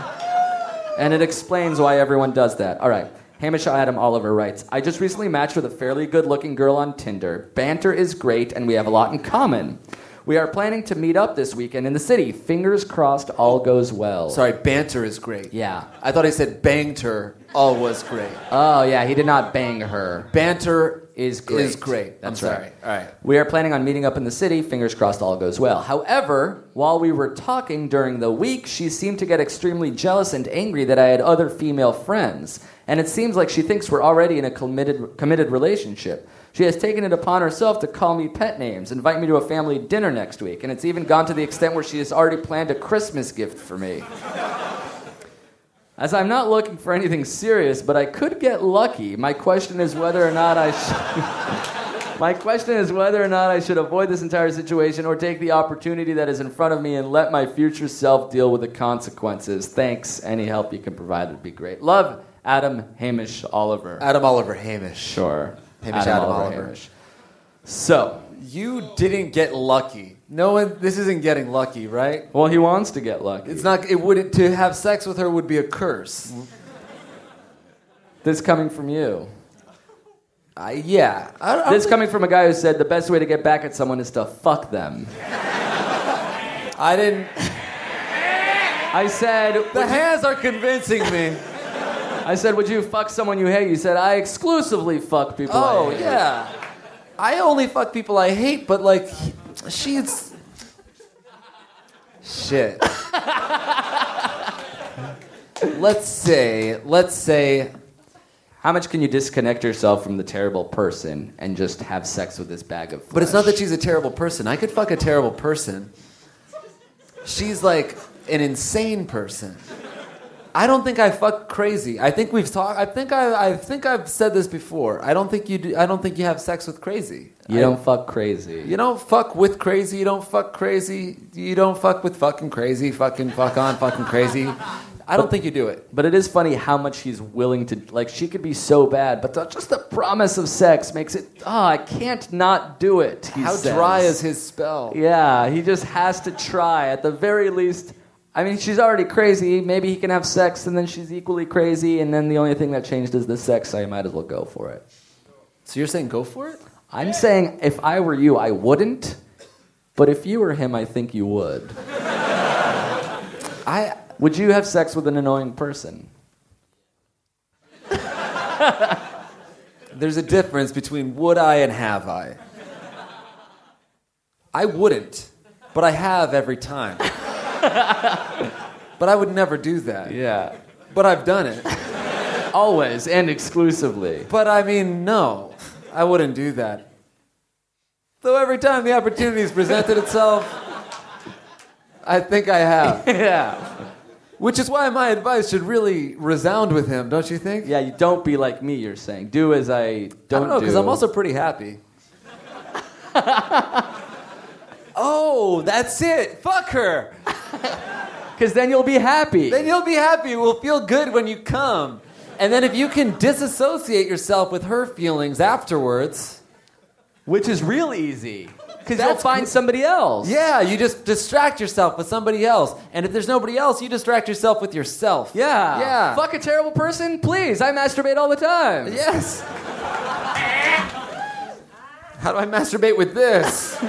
[SPEAKER 2] and it explains why everyone does that. All right. Hamish Adam Oliver writes I just recently matched with a fairly good looking girl on Tinder. Banter is great, and we have a lot in common. We are planning to meet up this weekend in the city. Fingers crossed, all goes well.
[SPEAKER 3] Sorry, banter is great.
[SPEAKER 2] Yeah.
[SPEAKER 3] I thought he said banter. All was great.
[SPEAKER 2] Oh, yeah, he did not bang her.
[SPEAKER 3] Banter
[SPEAKER 2] Is great.
[SPEAKER 3] Is great.
[SPEAKER 2] That's
[SPEAKER 3] I'm
[SPEAKER 2] right.
[SPEAKER 3] sorry. All right.
[SPEAKER 2] We are planning on meeting up in the city. Fingers crossed all goes well. However, while we were talking during the week, she seemed to get extremely jealous and angry that I had other female friends. And it seems like she thinks we're already in a committed, committed relationship. She has taken it upon herself to call me pet names, invite me to a family dinner next week, and it's even gone to the extent where she has already planned a Christmas gift for me. As I'm not looking for anything serious, but I could get lucky. My question is whether or not I should. [laughs] My question is whether or not I should avoid this entire situation or take the opportunity that is in front of me and let my future self deal with the consequences. Thanks. Any help you can provide would be great. Love, Adam Hamish Oliver.
[SPEAKER 3] Adam Oliver Hamish.
[SPEAKER 2] sure.
[SPEAKER 3] Hamish Adam Oliver.
[SPEAKER 2] So,
[SPEAKER 3] You didn't get lucky. No one. This isn't getting lucky, right?
[SPEAKER 2] well, he wants to get lucky.
[SPEAKER 3] It's not. It would to have sex with her would be a curse.
[SPEAKER 2] this coming from you.
[SPEAKER 3] I yeah. I, I,
[SPEAKER 2] This coming from a guy who said the best way to get back at someone is to fuck them.
[SPEAKER 3] I didn't.
[SPEAKER 2] I said,
[SPEAKER 3] The hands are convincing me.
[SPEAKER 2] I said, would you fuck someone you hate? You said, I exclusively fuck people. I
[SPEAKER 3] Oh
[SPEAKER 2] hate."
[SPEAKER 3] yeah. I only fuck people I hate, but like, she's. Shit. let's say. Let's say.
[SPEAKER 2] How much can you disconnect yourself from the terrible person and just have sex with this bag of flesh?
[SPEAKER 3] But it's not that she's a terrible person. I could fuck a terrible person. She's like an insane person. I don't think I fuck crazy. I think we've talked. I think I. I think I've said this before. I don't think you. Do, I don't think you have sex with crazy.
[SPEAKER 2] you don't fuck crazy.
[SPEAKER 3] You don't fuck with crazy. You don't fuck crazy. You don't fuck with fucking crazy. Fucking fuck on. Fucking crazy. I don't think you do it.
[SPEAKER 2] But it is funny how much he's willing to like. She could be so bad, but the, just the promise of sex makes it. Oh, I can't not do it. he
[SPEAKER 3] How
[SPEAKER 2] says.
[SPEAKER 3] dry is his spell?
[SPEAKER 2] Yeah, he just has to try. At the very least, I mean, she's already crazy. Maybe he can have sex, and then she's equally crazy, and then the only thing that changed is the sex. So you might as well go for it.
[SPEAKER 3] So you're saying go for it?
[SPEAKER 2] I'm saying if I were you, I wouldn't. But if you were him, I think you would.
[SPEAKER 3] I.
[SPEAKER 2] Would you have sex with an annoying person?
[SPEAKER 3] There's a difference between would I and have I. I wouldn't, but I have
[SPEAKER 2] [laughs]
[SPEAKER 3] every time. but I would never do that.
[SPEAKER 2] Yeah.
[SPEAKER 3] But I've done it.
[SPEAKER 2] Always and exclusively.
[SPEAKER 3] But I mean, no, I wouldn't do that. Though every time the opportunity has presented itself, I think I have.
[SPEAKER 2] Yeah.
[SPEAKER 3] Which is why my advice should really resound with him, don't you think?
[SPEAKER 2] Yeah, you don't be like me, you're saying. Do as I
[SPEAKER 3] I
[SPEAKER 2] don't,
[SPEAKER 3] don't know, because
[SPEAKER 2] do.
[SPEAKER 3] I'm also pretty happy. [laughs] [laughs] oh, that's it. Fuck her.
[SPEAKER 2] because then you'll be happy.
[SPEAKER 3] Then you'll be happy. It will feel good when you come. And then if you can disassociate yourself with her feelings afterwards,
[SPEAKER 2] Which is real easy because you'll
[SPEAKER 3] That's
[SPEAKER 2] find
[SPEAKER 3] gr-
[SPEAKER 2] somebody else.
[SPEAKER 3] yeah, you just distract yourself with somebody else. And if there's nobody else, you distract yourself with yourself.
[SPEAKER 2] Yeah.
[SPEAKER 3] Yeah.
[SPEAKER 2] Fuck a terrible person, please. I masturbate all the time.
[SPEAKER 3] Yes. How do I masturbate with
[SPEAKER 2] [laughs]
[SPEAKER 3] this? [laughs]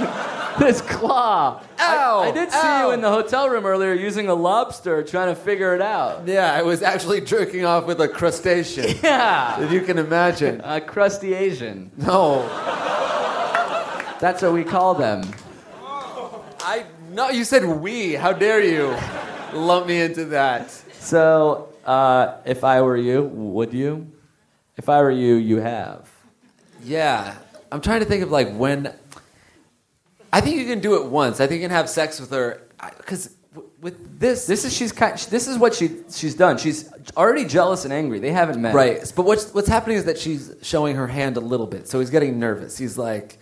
[SPEAKER 2] This claw.
[SPEAKER 3] Ow!
[SPEAKER 2] I did see
[SPEAKER 3] ow.
[SPEAKER 2] you in the hotel room earlier using a lobster trying to figure it out.
[SPEAKER 3] Yeah, I was actually jerking off with a crustacean.
[SPEAKER 2] [laughs] Yeah.
[SPEAKER 3] if you can imagine.
[SPEAKER 2] A crusty Asian.
[SPEAKER 3] No.
[SPEAKER 2] That's what we call them.
[SPEAKER 3] I no, you said we. How dare you lump me into that?
[SPEAKER 2] So, uh, if I were you, would you? If I were you, you have.
[SPEAKER 3] Yeah. I'm trying to think of like when. I think you can do it once. I think you can have sex with her. Because w- with this.
[SPEAKER 2] This is she's kind, this is what she she's done. She's already jealous and angry. They haven't met.
[SPEAKER 3] Right. But what's, what's happening is that she's showing her hand a little bit. So he's getting nervous. He's like,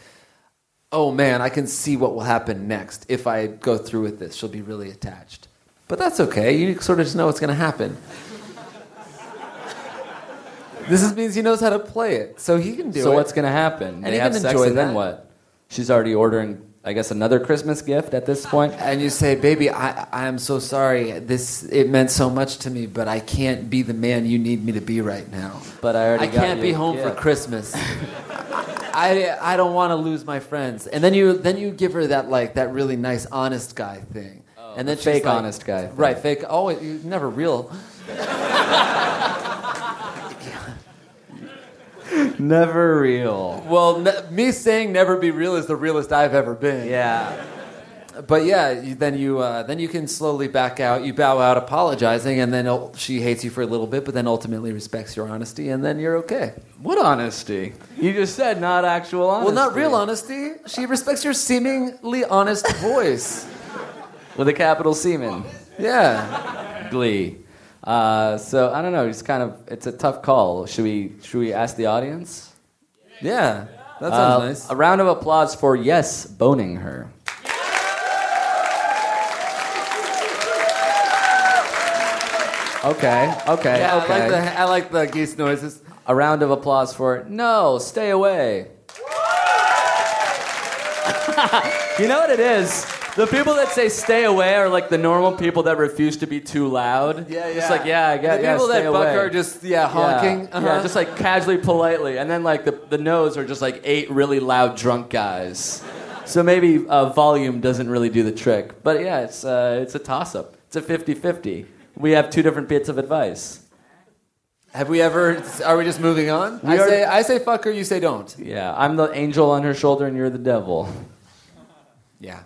[SPEAKER 3] oh man, I can see what will happen next. If I go through with this, she'll be really attached. But that's okay. You sort of just know what's going to
[SPEAKER 2] [laughs]
[SPEAKER 3] happen. this is, means he knows how to play it. So he can do
[SPEAKER 2] So
[SPEAKER 3] it.
[SPEAKER 2] what's gonna happen?
[SPEAKER 3] And
[SPEAKER 2] they
[SPEAKER 3] you
[SPEAKER 2] have
[SPEAKER 3] can
[SPEAKER 2] sex
[SPEAKER 3] enjoy
[SPEAKER 2] and then
[SPEAKER 3] that.
[SPEAKER 2] what? She's already ordering, I guess, another Christmas gift at this point.
[SPEAKER 3] and you say, "Baby, I I am so sorry. This it meant so much to me, but I can't be the man you need me to be right now.
[SPEAKER 2] But I already
[SPEAKER 3] I
[SPEAKER 2] got
[SPEAKER 3] can't be
[SPEAKER 2] you.
[SPEAKER 3] home
[SPEAKER 2] Yeah.
[SPEAKER 3] for Christmas. [laughs] I I don't want to lose my friends." And then you then you give her that like that really nice honest guy thing, and
[SPEAKER 2] the
[SPEAKER 3] then she's
[SPEAKER 2] Oh, fake
[SPEAKER 3] like-
[SPEAKER 2] honest guy thing.
[SPEAKER 3] right? Fake. Always you never real.
[SPEAKER 2] [laughs] Never real.
[SPEAKER 3] Well, ne- me saying never be real is the realest I've ever been.
[SPEAKER 2] Yeah.
[SPEAKER 3] But yeah, you, then you uh, then you can slowly back out. You bow out, apologizing, and then ul- she hates you for a little bit, but then ultimately respects your honesty, and then you're okay.
[SPEAKER 2] What honesty? You just said not actual honesty.
[SPEAKER 3] Well, not real honesty. She respects your seemingly honest voice.
[SPEAKER 2] With a capital semen.
[SPEAKER 3] Yeah.
[SPEAKER 2] Glee. Uh, so I don't know. It's kind of it's a tough call. Should we should we ask the audience?
[SPEAKER 3] Yeah. That sounds
[SPEAKER 2] Uh,
[SPEAKER 3] nice.
[SPEAKER 2] A round of applause for yes boning her. Okay. Okay.
[SPEAKER 3] Yeah,
[SPEAKER 2] okay.
[SPEAKER 3] I like the I like the geese noises.
[SPEAKER 2] A round of applause for no, stay away. [laughs] you know what it is? The people that say stay away are like the normal people that refuse to be too loud. Just like, yeah, I get
[SPEAKER 3] The
[SPEAKER 2] yeah,
[SPEAKER 3] people
[SPEAKER 2] stay
[SPEAKER 3] that buck
[SPEAKER 2] away.
[SPEAKER 3] are just yeah honking.
[SPEAKER 2] Yeah,
[SPEAKER 3] Uh-huh.
[SPEAKER 2] yeah, just like casually, politely, and then like the the no's are just like eight really loud drunk guys. So maybe uh, volume doesn't really do the trick. But yeah, it's uh, it's a toss up. It's a 50-50. We have two different bits of advice.
[SPEAKER 3] have we ever? Are we just moving on? I
[SPEAKER 2] are-
[SPEAKER 3] say I say fuck her. You say don't.
[SPEAKER 2] Yeah, I'm the angel on her shoulder, and you're the devil.
[SPEAKER 3] Yeah.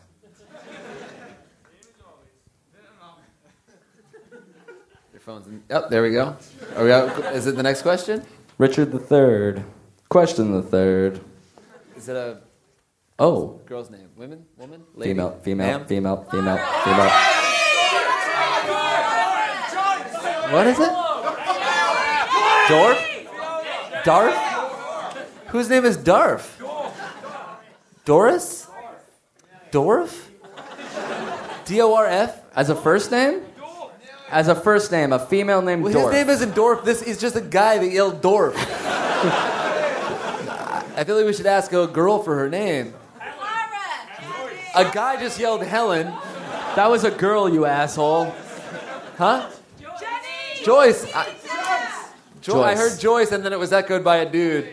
[SPEAKER 3] Your phone's in. Oh, there we go. Are we out? Is it the next question?
[SPEAKER 2] Richard the Third. Question the third.
[SPEAKER 3] Is it a
[SPEAKER 2] Oh,
[SPEAKER 3] girl's name? Women? Woman? Lady?
[SPEAKER 2] female, female,
[SPEAKER 3] Ma'am?
[SPEAKER 2] female, female, female.
[SPEAKER 3] What is it? Dorf? Darf? Whose name is Darf? Doris? Dorf? D O R F?
[SPEAKER 2] As a first name? As a first name, a female named
[SPEAKER 3] Well,
[SPEAKER 2] Dorf.
[SPEAKER 3] his name isn't Dorf. This is just a guy that yelled Dorf. I feel like we should ask a girl for her name. A guy just yelled Helen.
[SPEAKER 2] that was a girl, you asshole.
[SPEAKER 3] Huh? Joyce. I, Jo- I
[SPEAKER 2] Joyce.
[SPEAKER 3] heard Joyce, and then it was echoed by a dude.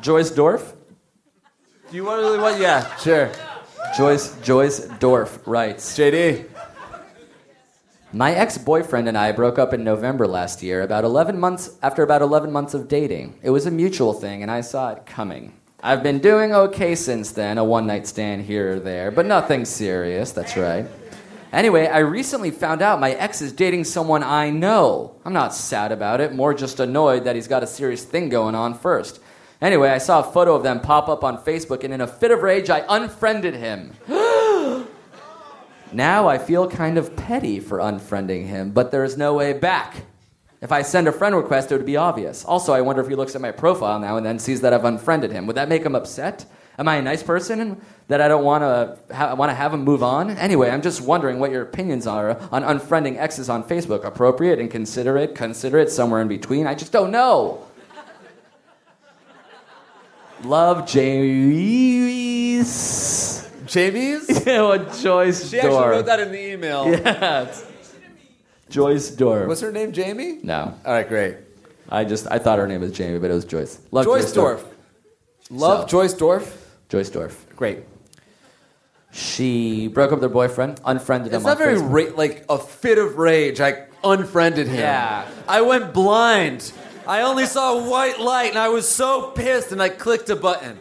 [SPEAKER 2] Joyce Dorf?
[SPEAKER 3] Do you want really want? Yeah, sure.
[SPEAKER 2] Joyce Joyce Dorf writes.
[SPEAKER 3] JD.
[SPEAKER 2] My ex-boyfriend and I broke up in November last year, about 11 months after about 11 months of dating. It was a mutual thing and I saw it coming. I've been doing okay since then, a one-night stand here or there, but nothing serious, that's right. Anyway, I recently found out my ex is dating someone I know. I'm not sad about it, more just annoyed that he's got a serious thing going on first. Anyway, I saw a photo of them pop up on Facebook and in a fit of rage I unfriended him. Now I feel kind of petty for unfriending him, but there is no way back. If I send a friend request, it would be obvious. Also, I wonder if he looks at my profile now and then sees that I've unfriended him. Would that make him upset? Am I a nice person that I don't want to ha- want to have them move on? Anyway, I'm just wondering what your opinions are on unfriending exes on Facebook. Appropriate, inconsiderate, considerate, somewhere in between. I just don't know. Love James. [laughs]
[SPEAKER 3] Jamie's?
[SPEAKER 2] Oh, Joyce
[SPEAKER 3] She
[SPEAKER 2] Dorr.
[SPEAKER 3] actually wrote that in the email.
[SPEAKER 2] Yes. Joyce Dorr.
[SPEAKER 3] What's her name, Jamie?
[SPEAKER 2] no,
[SPEAKER 3] All right, great.
[SPEAKER 2] I just I thought her name was Jamie, but it was Joyce. Love
[SPEAKER 3] Joyce Dorf. Love
[SPEAKER 2] So-
[SPEAKER 3] Joyce Dorf.
[SPEAKER 2] Joyce Dorf.
[SPEAKER 3] Great.
[SPEAKER 2] She broke up with her boyfriend, unfriended
[SPEAKER 3] It's
[SPEAKER 2] him. on
[SPEAKER 3] not very
[SPEAKER 2] Facebook.
[SPEAKER 3] ra- like a fit of rage. I unfriended him.
[SPEAKER 2] Yeah.
[SPEAKER 3] I went blind. I only saw white light, and I was so pissed, and I clicked a button.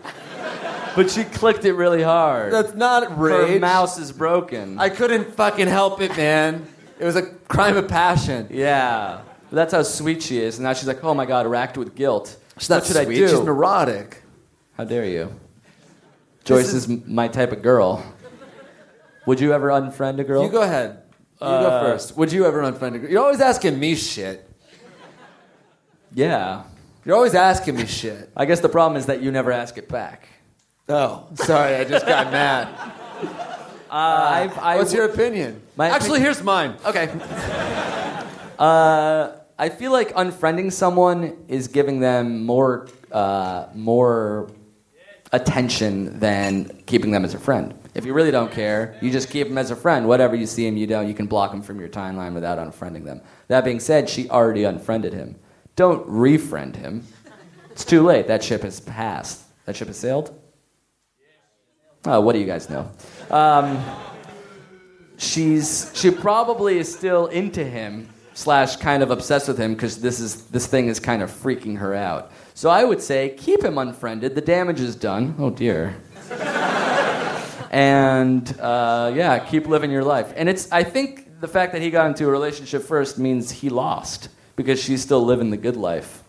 [SPEAKER 2] but she clicked it really hard.
[SPEAKER 3] That's not
[SPEAKER 2] her
[SPEAKER 3] rage.
[SPEAKER 2] mouse is broken.
[SPEAKER 3] I couldn't fucking help it, man. It was a crime of passion.
[SPEAKER 2] yeah, but that's how sweet she is. And now she's like, oh my god, racked with guilt.
[SPEAKER 3] She's not
[SPEAKER 2] what should
[SPEAKER 3] sweet.
[SPEAKER 2] I do?
[SPEAKER 3] She's neurotic.
[SPEAKER 2] how dare you? Joyce is... my type of girl. Would you ever unfriend a girl?
[SPEAKER 3] You go ahead. You
[SPEAKER 2] Uh,
[SPEAKER 3] go first. Would you ever unfriend a girl? You're always asking me shit.
[SPEAKER 2] yeah.
[SPEAKER 3] You're always asking me shit.
[SPEAKER 2] I guess the problem is that you never ask it back.
[SPEAKER 3] Oh, sorry, I [laughs] just got mad.
[SPEAKER 2] Uh, I've, I,
[SPEAKER 3] Uh, What's your opinion?
[SPEAKER 2] My
[SPEAKER 3] Actually,
[SPEAKER 2] opinion-
[SPEAKER 3] here's mine. Okay.
[SPEAKER 2] I feel like unfriending someone is giving them more uh, more attention than keeping them as a friend. If you really don't care, you just keep them as a friend. Whatever you see him, you don't. You can block him from your timeline without unfriending them. That being said, she already unfriended him. Don't refriend him. It's too late. That ship has passed. That ship has sailed. Oh, what do you guys know? Um, she's she probably is still into him slash kind of obsessed with him because this is this thing is kind of freaking her out. So I would say keep him unfriended. The damage is done. Oh dear. and uh, yeah, keep living your life. And it's I think the fact that he got into a relationship first means he lost because she's still living the good life.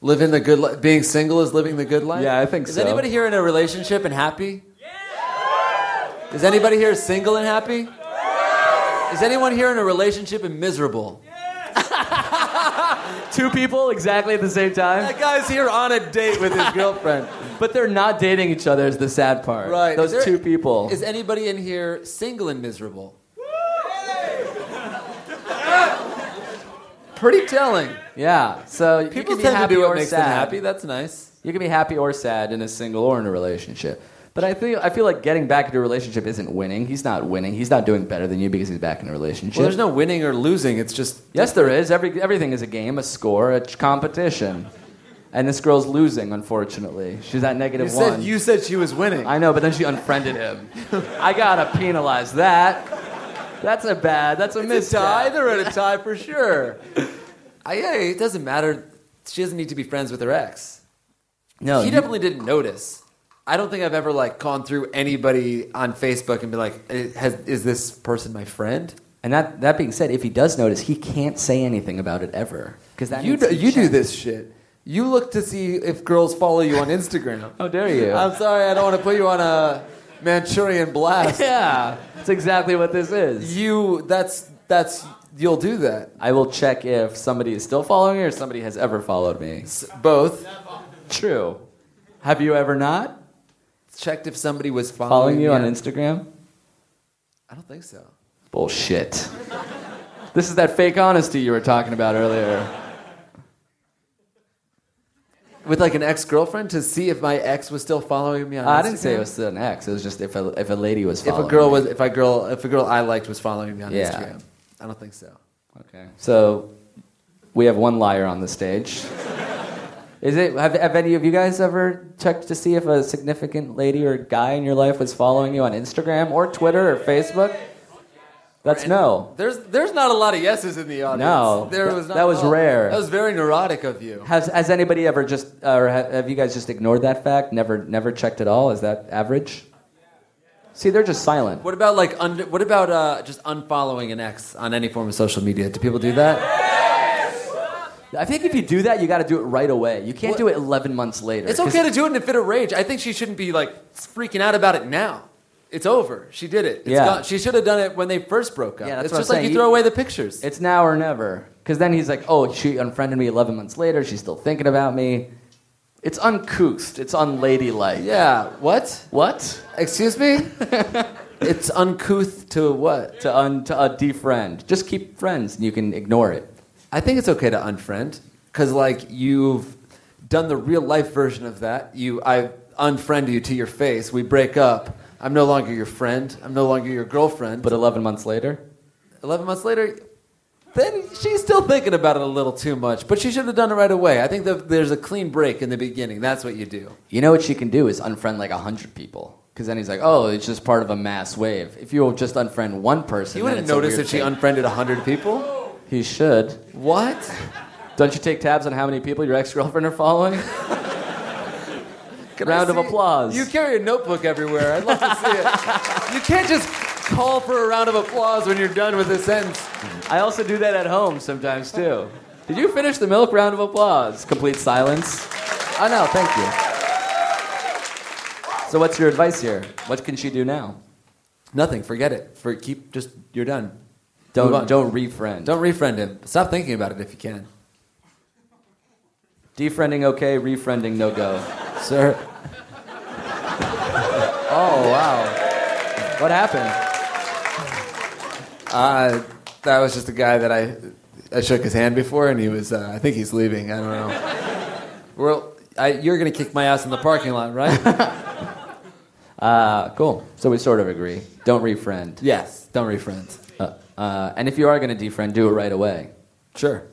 [SPEAKER 3] Living the good life. Being single is living the good life?
[SPEAKER 2] Yeah, I think
[SPEAKER 3] is
[SPEAKER 2] so.
[SPEAKER 3] Is anybody here in a relationship and happy? Is anybody here single and happy? Is anyone here in a relationship and miserable?
[SPEAKER 2] [laughs] Two people exactly at the same time,
[SPEAKER 3] That guy's here on a date with his girlfriend.
[SPEAKER 2] [laughs] but they're not dating each other is the sad part.
[SPEAKER 3] Right.
[SPEAKER 2] Those
[SPEAKER 3] Is there-
[SPEAKER 2] two people.
[SPEAKER 3] Is anybody in here single and miserable? Pretty telling.
[SPEAKER 2] Yeah. So you
[SPEAKER 3] People
[SPEAKER 2] can be
[SPEAKER 3] tend to
[SPEAKER 2] happy
[SPEAKER 3] do what
[SPEAKER 2] or
[SPEAKER 3] makes
[SPEAKER 2] sad.
[SPEAKER 3] them happy. That's nice.
[SPEAKER 2] You can be happy or sad in a single or in a relationship. But I feel I feel like getting back into a relationship isn't winning. He's not winning. He's not doing better than you because he's back in a relationship.
[SPEAKER 3] Well, there's no winning or losing. It's just
[SPEAKER 2] yes, there is. Every everything is a game, a score, a ch- competition. And this girl's losing, unfortunately. She's at negative one.
[SPEAKER 3] said she was winning.
[SPEAKER 2] I know, but then she unfriended
[SPEAKER 3] [laughs]
[SPEAKER 2] him. [laughs] I gotta penalize that. That's a bad. That's a
[SPEAKER 3] It's a
[SPEAKER 2] misstep.
[SPEAKER 3] tie. They're at a tie for sure. I, yeah, it doesn't matter. She doesn't need to be friends with her ex.
[SPEAKER 2] No,
[SPEAKER 3] he
[SPEAKER 2] you-
[SPEAKER 3] definitely didn't notice. I don't think I've ever like gone through anybody on Facebook and be like, "Eh, has, "Is this person my friend?"
[SPEAKER 2] And that that being said, if he does notice, he can't say anything about it ever because that
[SPEAKER 3] You
[SPEAKER 2] needs to
[SPEAKER 3] do,
[SPEAKER 2] be
[SPEAKER 3] you do
[SPEAKER 2] checked.
[SPEAKER 3] this shit. You look to see if girls follow you on [laughs] Instagram.
[SPEAKER 2] How dare you?
[SPEAKER 3] I'm sorry, I don't want to put you on a Manchurian [laughs] blast.
[SPEAKER 2] yeah, that's exactly what this is.
[SPEAKER 3] You, that's that's you'll do that.
[SPEAKER 2] I will check if somebody is still following me or somebody has ever followed me.
[SPEAKER 3] S- Both
[SPEAKER 2] True. Have you ever not
[SPEAKER 3] checked if somebody was following,
[SPEAKER 2] following you on
[SPEAKER 3] Instagram.
[SPEAKER 2] Instagram?
[SPEAKER 3] I don't think so.
[SPEAKER 2] Bullshit. this is that fake honesty you were talking about earlier.
[SPEAKER 3] With like an ex girlfriend to see if my ex was still following me on
[SPEAKER 2] I didn't say it
[SPEAKER 3] Instagram?
[SPEAKER 2] was an ex. It was just if a, if a lady was
[SPEAKER 3] if
[SPEAKER 2] following.
[SPEAKER 3] a girl
[SPEAKER 2] me.
[SPEAKER 3] was if I girl if a girl I liked was following me on
[SPEAKER 2] Yeah.
[SPEAKER 3] Instagram. I don't think so.
[SPEAKER 2] Okay. So we have one liar on the
[SPEAKER 3] [laughs]
[SPEAKER 2] stage. Is it? Have, have any of you guys ever checked to see if a significant lady or guy in your life was following you on Instagram or Twitter or Facebook? That's no.
[SPEAKER 3] There's there's not a lot of yeses in the audience.
[SPEAKER 2] No.
[SPEAKER 3] there
[SPEAKER 2] That-
[SPEAKER 3] was not
[SPEAKER 2] that was
[SPEAKER 3] at all.
[SPEAKER 2] rare.
[SPEAKER 3] That was very neurotic of you.
[SPEAKER 2] Has Has anybody ever just or have, have you guys just ignored that fact? Never never checked at all. Is that average? See, they're just silent.
[SPEAKER 3] What about like under, what about uh, just unfollowing an ex on any form of social media? Do people do that?
[SPEAKER 2] I think if you do that, you got to do it right away. You can't
[SPEAKER 3] What-
[SPEAKER 2] do it 11 months later.
[SPEAKER 3] It's
[SPEAKER 2] 'cause
[SPEAKER 3] okay to do it in a fit of rage. I think she shouldn't be like freaking out about it now. It's over. She did it. It's
[SPEAKER 2] Yeah.
[SPEAKER 3] gone. She should have done it when they first broke up.
[SPEAKER 2] Yeah, that's
[SPEAKER 3] it's
[SPEAKER 2] what I'm
[SPEAKER 3] just like
[SPEAKER 2] saying.
[SPEAKER 3] you throw away the pictures.
[SPEAKER 2] It's now or never. Because then he's like, oh, she unfriended me 11 months later. She's still thinking about me. It's uncouth. It's unladylike.
[SPEAKER 3] Yeah. What?
[SPEAKER 2] What?
[SPEAKER 3] Excuse me?
[SPEAKER 2] [laughs]
[SPEAKER 3] it's uncouth to what?
[SPEAKER 2] To un to uh, defriend. Just keep friends, and you can ignore it.
[SPEAKER 3] I think it's okay to unfriend because like you've done the real life version of that. You I unfriend you to your face. We break up. I'm no longer your friend. I'm no longer your girlfriend.
[SPEAKER 2] But
[SPEAKER 3] But
[SPEAKER 2] 11 months later,
[SPEAKER 3] 11 months later, then she's still thinking about it a little too much. But she should have done it right away. I think that there's a clean break in the beginning. That's what you do.
[SPEAKER 2] you know what she can do is unfriend like 100 people. Because then he's like, oh, it's just part of a mass wave. If you'll just unfriend one person,
[SPEAKER 3] You
[SPEAKER 2] then
[SPEAKER 3] wouldn't
[SPEAKER 2] it's a
[SPEAKER 3] notice
[SPEAKER 2] weird
[SPEAKER 3] if she
[SPEAKER 2] thing.
[SPEAKER 3] unfriended 100 people.
[SPEAKER 2] He should.
[SPEAKER 3] What?
[SPEAKER 2] Don't you take tabs on how many people your ex girlfriend are following?
[SPEAKER 3] [laughs] Can I
[SPEAKER 2] Round of
[SPEAKER 3] see-
[SPEAKER 2] applause.
[SPEAKER 3] You carry a notebook everywhere. I'd love to see it. You can't just call for a round of applause when you're done with a sentence.
[SPEAKER 2] I also do that at home sometimes too. Did you finish the milk? Round of applause. Complete silence. Oh no, thank you. So what's your advice here? What can she do now?
[SPEAKER 3] Nothing. Forget it. For keep just you're done. Move
[SPEAKER 2] Don't
[SPEAKER 3] on.
[SPEAKER 2] don't refriend.
[SPEAKER 3] Don't refriend him. Stop thinking about it if you can,
[SPEAKER 2] defriending okay, refriending no go.
[SPEAKER 3] sir.
[SPEAKER 2] [laughs] Oh wow. What happened?
[SPEAKER 3] Uh, that was just a guy that I I shook his hand before, and he was. Uh, I think he's leaving. I don't know. Well, I, you're gonna kick my ass in the parking lot, right?
[SPEAKER 2] [laughs] Uh, cool. So we sort of agree. Don't refriend.
[SPEAKER 3] yes. Don't refriend.
[SPEAKER 2] Uh, uh, and if you are going to defriend, do it right away.
[SPEAKER 3] Sure.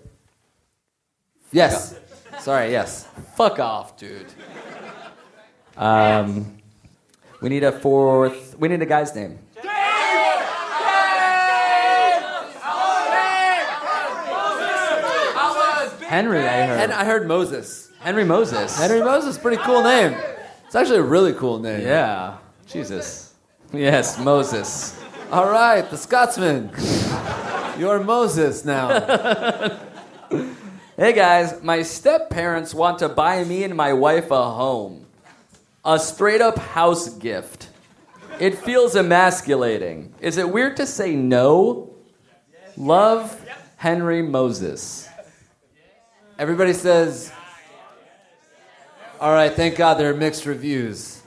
[SPEAKER 3] Yes. Sorry. Yes.
[SPEAKER 2] Fuck off, dude. Um, we need a fourth. We need a guy's name. Henry, I heard.
[SPEAKER 3] And I heard Moses.
[SPEAKER 2] Henry Moses.
[SPEAKER 3] Henry Moses, pretty cool name. It's actually a really cool name.
[SPEAKER 2] Yeah. Jesus. Yes, Moses.
[SPEAKER 3] All right, the Scotsman. You're Moses now.
[SPEAKER 2] Hey guys, my step parents want to buy me and my wife a home. A straight up house gift. It feels emasculating. Is it weird to say no? Love Henry Moses.
[SPEAKER 3] Everybody says, All right, thank God there are mixed reviews.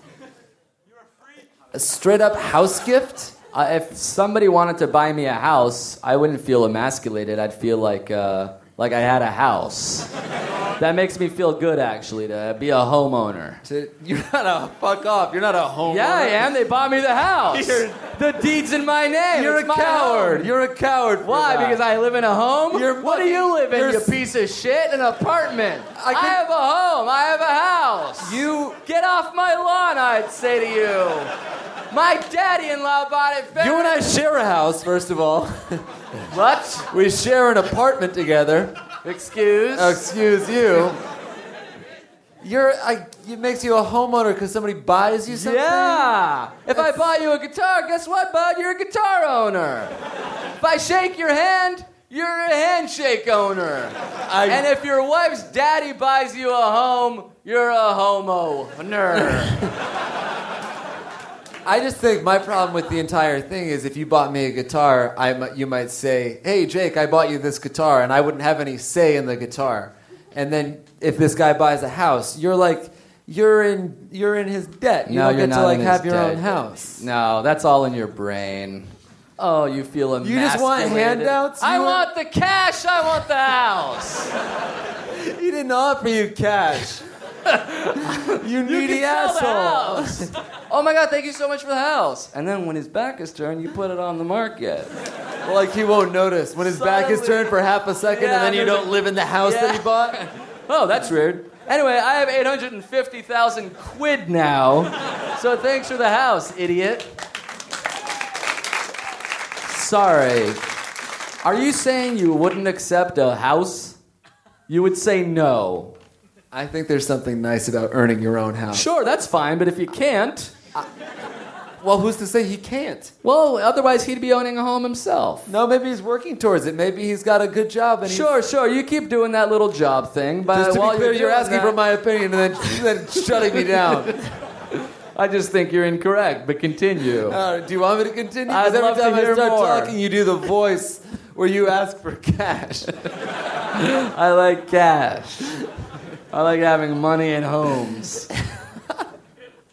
[SPEAKER 3] A straight up house gift?
[SPEAKER 2] Uh, if somebody wanted to buy me a house, I wouldn't feel emasculated. I'd feel like uh, like I had a house. that makes me feel good, actually, to be a homeowner.
[SPEAKER 3] To- You're not a fuck off. You're not a homeowner.
[SPEAKER 2] Yeah, I am. They bought me the house.
[SPEAKER 3] [laughs] You're-
[SPEAKER 2] the deed's in my name.
[SPEAKER 3] You're
[SPEAKER 2] It's
[SPEAKER 3] a
[SPEAKER 2] my
[SPEAKER 3] coward.
[SPEAKER 2] home.
[SPEAKER 3] You're a coward. for
[SPEAKER 2] Why?
[SPEAKER 3] that.
[SPEAKER 2] Because I live in a home.
[SPEAKER 3] You're
[SPEAKER 2] what do
[SPEAKER 3] fucking-
[SPEAKER 2] you live in?
[SPEAKER 3] you're
[SPEAKER 2] You
[SPEAKER 3] s-
[SPEAKER 2] piece of shit. An apartment. I,
[SPEAKER 3] can-
[SPEAKER 2] have a home. I have a house.
[SPEAKER 3] You-
[SPEAKER 2] get off my lawn. I'd say to you. My daddy-in-law bought it.
[SPEAKER 3] You and I share a house, first of all. [laughs]
[SPEAKER 2] What?
[SPEAKER 3] We share an apartment together.
[SPEAKER 2] Excuse.
[SPEAKER 3] Excuse you. You're, I, it makes you a homeowner because somebody buys you something?
[SPEAKER 2] Yeah. If I buy you a guitar, guess what, bud? You're a guitar owner. If I shake your hand, you're a handshake owner.
[SPEAKER 3] I-
[SPEAKER 2] and if your wife's daddy buys you a home, you're a homo owner.
[SPEAKER 3] I just think my problem with the entire thing is if you bought me a guitar, I mi- you might say, "Hey Jake, I bought you this guitar," and I wouldn't have any say in the guitar. And then if this guy buys a house, you're like, you're in you're in his debt. You
[SPEAKER 2] No,
[SPEAKER 3] don't
[SPEAKER 2] you're
[SPEAKER 3] get
[SPEAKER 2] not
[SPEAKER 3] to like
[SPEAKER 2] in his
[SPEAKER 3] have your
[SPEAKER 2] debt.
[SPEAKER 3] own house.
[SPEAKER 2] no, that's all in your brain. Oh, you feel
[SPEAKER 3] You just want
[SPEAKER 2] emasculated.
[SPEAKER 3] handouts?
[SPEAKER 2] I
[SPEAKER 3] You
[SPEAKER 2] want
[SPEAKER 3] want-
[SPEAKER 2] the cash. I want the house.
[SPEAKER 3] [laughs] He didn't offer you
[SPEAKER 2] [laughs]
[SPEAKER 3] cash. you needy asshole. [laughs]
[SPEAKER 2] asshole. oh my god, thank you so much for the house. And then when his back is turned, you put it on the market.
[SPEAKER 3] [laughs] Like he won't notice when his back is
[SPEAKER 2] Suddenly-
[SPEAKER 3] turned for half a second,
[SPEAKER 2] Yeah,
[SPEAKER 3] and then you
[SPEAKER 2] there's
[SPEAKER 3] don't
[SPEAKER 2] a-
[SPEAKER 3] live in the house that
[SPEAKER 2] Yeah.
[SPEAKER 3] he bought.
[SPEAKER 2] [laughs] Oh, that's weird. Anyway, I have 850,000 quid
[SPEAKER 3] [laughs]
[SPEAKER 2] now. So thanks for the house, idiot. Sorry. Are you saying you wouldn't accept a house? You would say no.
[SPEAKER 3] I think there's something nice about earning your own house.
[SPEAKER 2] Sure, that's fine, but if you can't,
[SPEAKER 3] Well, who's to say he can't?
[SPEAKER 2] well, otherwise he'd be owning a home himself.
[SPEAKER 3] No, maybe he's working towards it. Maybe he's got a good job. And he's-
[SPEAKER 2] Sure, sure, you keep doing that little job thing, but
[SPEAKER 3] Just to
[SPEAKER 2] while
[SPEAKER 3] be clear,
[SPEAKER 2] you're,
[SPEAKER 3] you're,
[SPEAKER 2] doing
[SPEAKER 3] asking
[SPEAKER 2] that-
[SPEAKER 3] for my opinion and then, then shutting me
[SPEAKER 2] [laughs]
[SPEAKER 3] down.
[SPEAKER 2] I just think you're incorrect, but continue.
[SPEAKER 3] Uh, do you want me to continue? 'Cause
[SPEAKER 2] I'd
[SPEAKER 3] every
[SPEAKER 2] love to
[SPEAKER 3] time I
[SPEAKER 2] hear
[SPEAKER 3] start
[SPEAKER 2] more.
[SPEAKER 3] talking, you do the voice
[SPEAKER 2] [laughs]
[SPEAKER 3] where you ask for cash.
[SPEAKER 2] I like cash. I like having money and homes.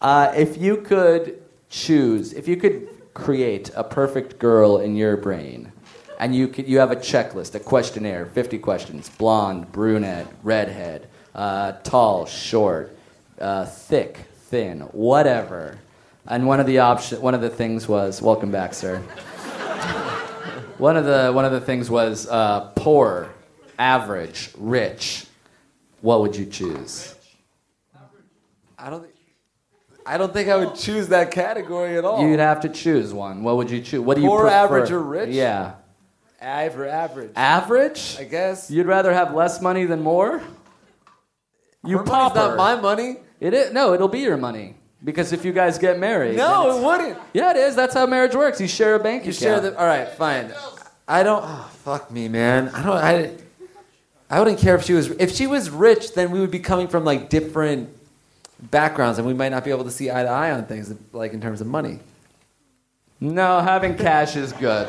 [SPEAKER 2] uh, if you could choose, if you could create a perfect girl in your brain, and you could, you have a checklist, a questionnaire, 50 questions: blonde, brunette, redhead, uh, tall, short, uh, thick, thin, whatever. And one of the option, one of the things was, welcome back, sir. [laughs] One of the one of the things was uh, poor, average, rich. What would you choose?
[SPEAKER 3] I don't. thi- I don't think I would choose that category at all.
[SPEAKER 2] You'd have to choose one. What would you choose? What do you
[SPEAKER 3] Oh. Poor,
[SPEAKER 2] prefer?
[SPEAKER 3] average, or rich?
[SPEAKER 2] Yeah,
[SPEAKER 3] I've average.
[SPEAKER 2] average.
[SPEAKER 3] I guess.
[SPEAKER 2] You'd rather have less money than more. You
[SPEAKER 3] Her money's
[SPEAKER 2] popper.
[SPEAKER 3] not my money.
[SPEAKER 2] It is no. It'll be your money because if you guys get married, then
[SPEAKER 3] No,
[SPEAKER 2] it's-
[SPEAKER 3] it wouldn't.
[SPEAKER 2] yeah, it is. That's how marriage works. You share a bank.
[SPEAKER 3] You share the. All right, fine. I don't. Oh, fuck me, man. I don't. I. I wouldn't care if she was. If she was rich, then we would be coming from like different backgrounds, and we might not be able to see eye to eye on things, like in terms of money.
[SPEAKER 2] No, having cash is good.